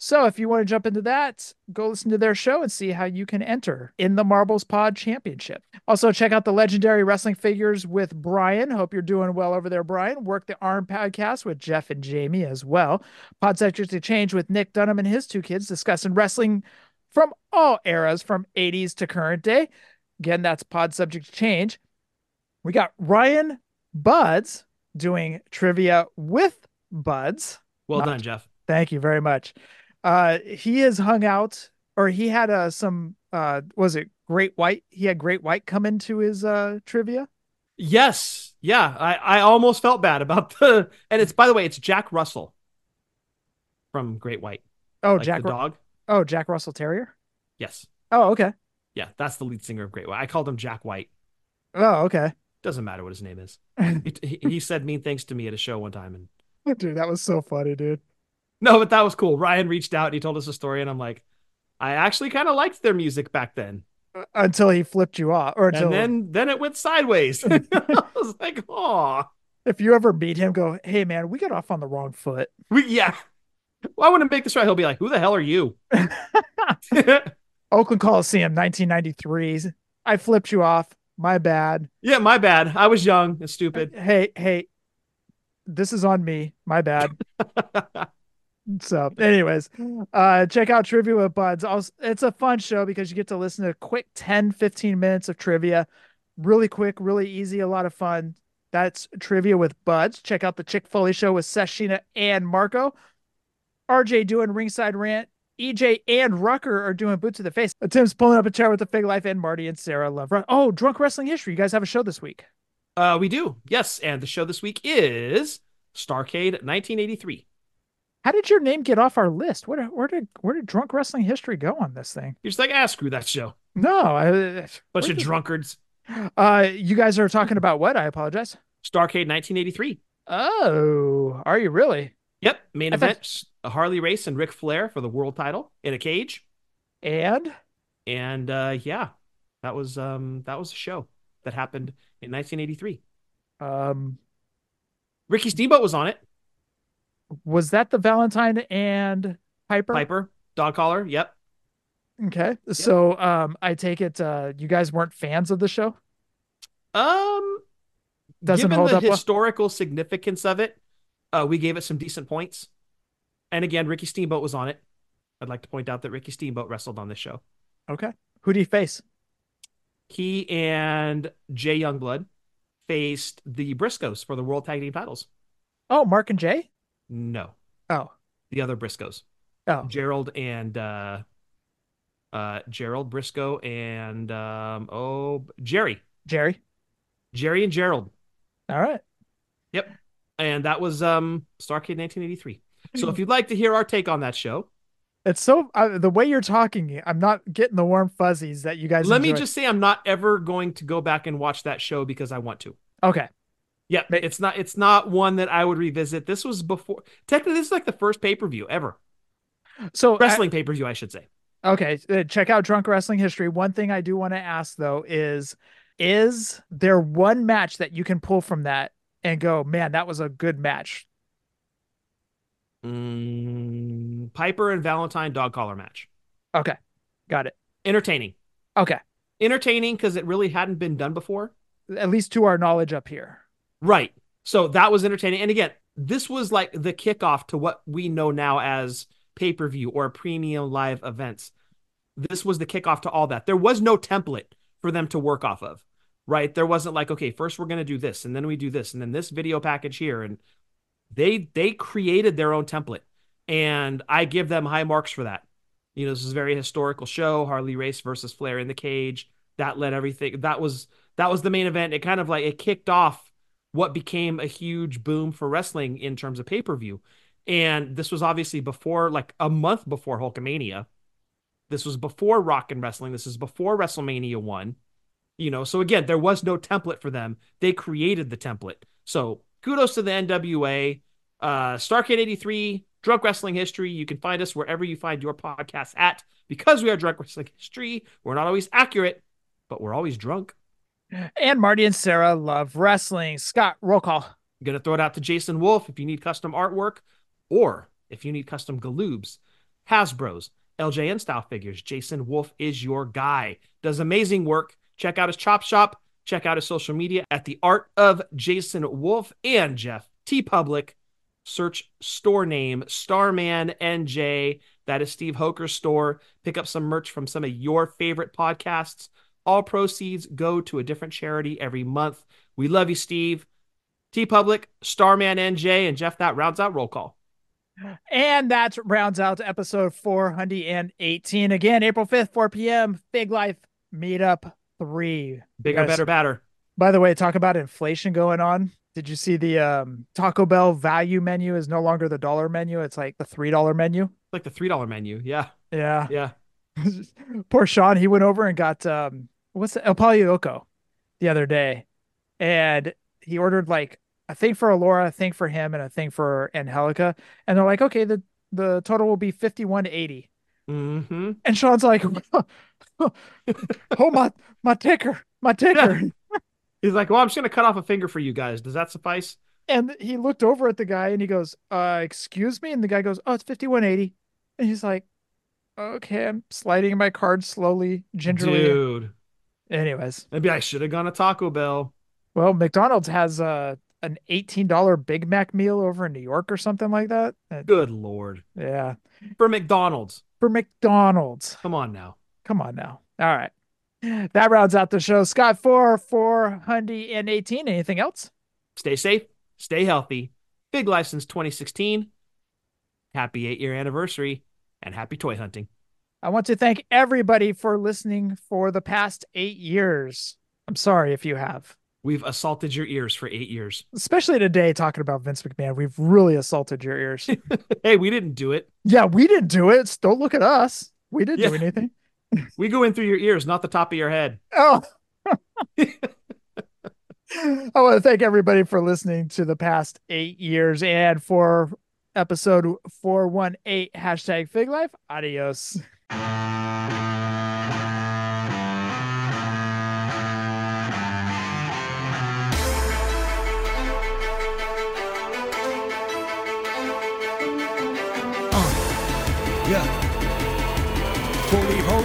Speaker 1: So if you want to jump into that, go listen to their show and see how you can enter in the Marbles Pod Championship. Also, check out the legendary wrestling figures with Brian. Hope you're doing well over there, Brian. Work the Arm podcast with Jeff and Jamie as well. Pod Sectors to Change with Nick Dunham and his two kids discussing wrestling from all eras, from 80s to current day. Again, that's Pod Subject to Change. We got Ryan Buds doing trivia with Buds.
Speaker 2: Well
Speaker 1: Not-
Speaker 2: done, Jeff.
Speaker 1: Thank you very much. Uh, he has hung out, or he had uh, some. Uh, was it Great White? He had Great White come into his uh, trivia.
Speaker 2: Yes. Yeah. I, I almost felt bad about the and it's by the way, it's Jack Russell from Great White.
Speaker 1: Oh,
Speaker 2: like
Speaker 1: Jack.
Speaker 2: the
Speaker 1: Ru-
Speaker 2: dog.
Speaker 1: Oh, Jack Russell Terrier.
Speaker 2: Yes.
Speaker 1: Oh, okay.
Speaker 2: Yeah, that's the lead singer of Great White. I called him Jack White.
Speaker 1: Oh, okay.
Speaker 2: Doesn't matter what his name is. He- he, he said mean things to me at a show one time, and
Speaker 1: Dude, that was so funny, dude.
Speaker 2: no, but that was cool. Ryan reached out and he told us a story, and I'm like, I actually kind of liked their music back then,
Speaker 1: Uh, Until he flipped you off, or until
Speaker 2: and then then it went sideways. I was like, oh,
Speaker 1: if you ever meet him, go, hey man, we got off on the wrong foot.
Speaker 2: we, yeah. Well, I want to make this right. He'll be like, who the hell are you?
Speaker 1: Oakland Coliseum, 1993. I flipped you off. My bad.
Speaker 2: yeah, my bad. I was young and stupid.
Speaker 1: Hey, hey, this is on me. My bad. So, anyways, uh, check out Trivia with Buds. Also, it's a fun show because you get to listen to a quick 10, 15 minutes of trivia. Really quick, really easy, a lot of fun. That's Trivia with Buds. Check out the Chick Foley show with Sashina and Marco. RJ doing ringside rant. EJ and Rucker are doing boot to the face. Uh, Tim's pulling up a chair with the fig life and Marty and Sarah love. Run- oh, drunk wrestling history. You guys have a show this week.
Speaker 2: Uh, we do. Yes, and the show this week is Starcade 1983.
Speaker 1: How did your name get off our list? Where, where did where did drunk wrestling history go on this thing?
Speaker 2: You're just like, ah, screw that show.
Speaker 1: No, I,
Speaker 2: Bunch
Speaker 1: where
Speaker 2: of
Speaker 1: did-
Speaker 2: drunkards.
Speaker 1: Uh, you guys are talking about what? I apologize.
Speaker 2: Starcade 1983.
Speaker 1: Oh, are you really?
Speaker 2: Yep, main
Speaker 1: I thought-
Speaker 2: event: a Harley race and Ric Flair for the world title in a cage.
Speaker 1: And
Speaker 2: And uh, yeah, that was um that was a show that happened in 1983.
Speaker 1: um,
Speaker 2: Ricky Steamboat was on it.
Speaker 1: was that the Valentine and Piper?
Speaker 2: Piper, dog collar. Yep.
Speaker 1: Okay, so um, I take it uh, you guys weren't fans of the show.
Speaker 2: Um,
Speaker 1: Doesn't
Speaker 2: given
Speaker 1: hold
Speaker 2: the
Speaker 1: up well.
Speaker 2: historical significance of it, uh, we gave it some decent points. And again, Ricky Steamboat was on it. I'd like to point out that Ricky Steamboat wrestled on this show.
Speaker 1: Okay, who do you face?
Speaker 2: He and Jay Youngblood faced the Briscoes for the World Tag Team titles.
Speaker 1: Oh, Mark and Jay.
Speaker 2: No,
Speaker 1: Oh,
Speaker 2: the other Briscoes.
Speaker 1: oh,
Speaker 2: Gerald and uh uh Gerald Briscoe and um oh Jerry.
Speaker 1: Jerry.
Speaker 2: Jerry and Gerald.
Speaker 1: All right.
Speaker 2: And that was um Starcade 1983. So if you'd like to hear our take on that show,
Speaker 1: It's so uh, the way you're talking, I'm not getting the warm fuzzies that you guys.
Speaker 2: let me
Speaker 1: enjoy.
Speaker 2: just say I'm not ever going to go back and watch that show because I want to.
Speaker 1: Okay.
Speaker 2: Yeah,
Speaker 1: Ma-
Speaker 2: it's not it's not one that I would revisit. This was before technically this is like the first pay-per-view ever.
Speaker 1: So I-
Speaker 2: Wrestling pay-per-view, I should say.
Speaker 1: Okay, uh, check out Drunk Wrestling History. One thing I do want to ask though is is there one match that you can pull from that and go, "Man, that was a good match."
Speaker 2: Mm, Piper and Valentine dog collar match.
Speaker 1: Okay. Got it.
Speaker 2: Entertaining.
Speaker 1: Okay.
Speaker 2: Entertaining because it really hadn't been done before.
Speaker 1: At least to our knowledge up here.
Speaker 2: Right. So that was entertaining. And again, this was like the kickoff to what we know now as pay per view, or premium live events. This was the kickoff to all that. There was no template for them to work off of, right? There wasn't like, okay, first we're going to do this, and then we do this, and then this video package here. And they they created their own template. And I give them high marks for that. You know, this is a very historical show, Harley Race versus Flair in the cage. That led everything. That was that was the main event. It kind of like it kicked off what became a huge boom for wrestling in terms of pay per view. And this was obviously before, like a month before Hulkamania. This was before Rock and Wrestling. This is before WrestleMania 1. You know, so again, there was no template for them. They created the template. So kudos to the NWA. Uh, Starcade 83, Drunk Wrestling History. You can find us wherever you find your podcasts at because we are Drunk Wrestling History. We're not always accurate, but we're always drunk.
Speaker 1: And Marty and Sarah love wrestling. Scott, roll call.
Speaker 2: Gonna throw it out to Jason Wolf if you need custom artwork, or if you need custom Galoobs, Hasbro's, LJN style figures. Jason Wolf is your guy. Does amazing work. Check out his chop shop. Check out his social media at the Art of Jason Wolf and Jeff T Public. Search store name Starman NJ. That is Steve Hoker's store. Pick up some merch from some of your favorite podcasts. All proceeds go to a different charity every month. We love you, Steve. T Public, Starman NJ, and Jeff, that rounds out roll call.
Speaker 1: And that rounds out episode 418. Again, April 5th, 4 p.m., Big Life Meetup 3.
Speaker 2: Bigger,
Speaker 1: Yes.
Speaker 2: better, batter.
Speaker 1: By the way, talk about inflation going on. Did you see the um, Taco Bell value menu is no longer the dollar menu? It's like the $3 menu.
Speaker 2: Like the $3 menu. Yeah.
Speaker 1: Yeah.
Speaker 2: Yeah.
Speaker 1: Poor Sean, he went over and got um what's the, El Palioco the other day. And he ordered like a thing for Alora, a thing for him, and a thing for Angelica. And they're like, okay, the the total will be fifty one eighty.
Speaker 2: hmm
Speaker 1: And Sean's like, oh my my ticker, my ticker.
Speaker 2: He's like, well, I'm just going to cut off a finger for you guys. Does that suffice?
Speaker 1: And he looked over at the guy and he goes, uh, excuse me. And the guy goes, oh, it's fifty one eighty. And he's like, okay, I'm sliding my card slowly, gingerly.
Speaker 2: Dude.
Speaker 1: Anyways.
Speaker 2: Maybe I should have gone to Taco Bell.
Speaker 1: Well, McDonald's has uh, an $18 Big Mac meal over in New York or something like that. Uh,
Speaker 2: Good Lord.
Speaker 1: yeah.
Speaker 2: For McDonald's.
Speaker 1: For McDonald's.
Speaker 2: Come on now.
Speaker 1: Come on now. All right. That rounds out the show. Scott for 418. Anything else?
Speaker 2: Stay safe. Stay healthy. Big life since 2016. Happy eight year anniversary and happy toy hunting.
Speaker 1: I want to thank everybody for listening for the past eight years. I'm sorry if you have,
Speaker 2: We've assaulted your ears for eight years.
Speaker 1: especially today talking about Vince McMahon. We've really assaulted your ears.
Speaker 2: Hey, we didn't do it.
Speaker 1: yeah, we didn't do it. Don't look at us. We didn't do
Speaker 2: Yeah.
Speaker 1: anything.
Speaker 2: We go in through your ears, not the top of your head.
Speaker 1: Oh. I want to thank everybody for listening to the past eight years and for episode 418 hashtag fig life. Adios.
Speaker 9: Yeah. Fully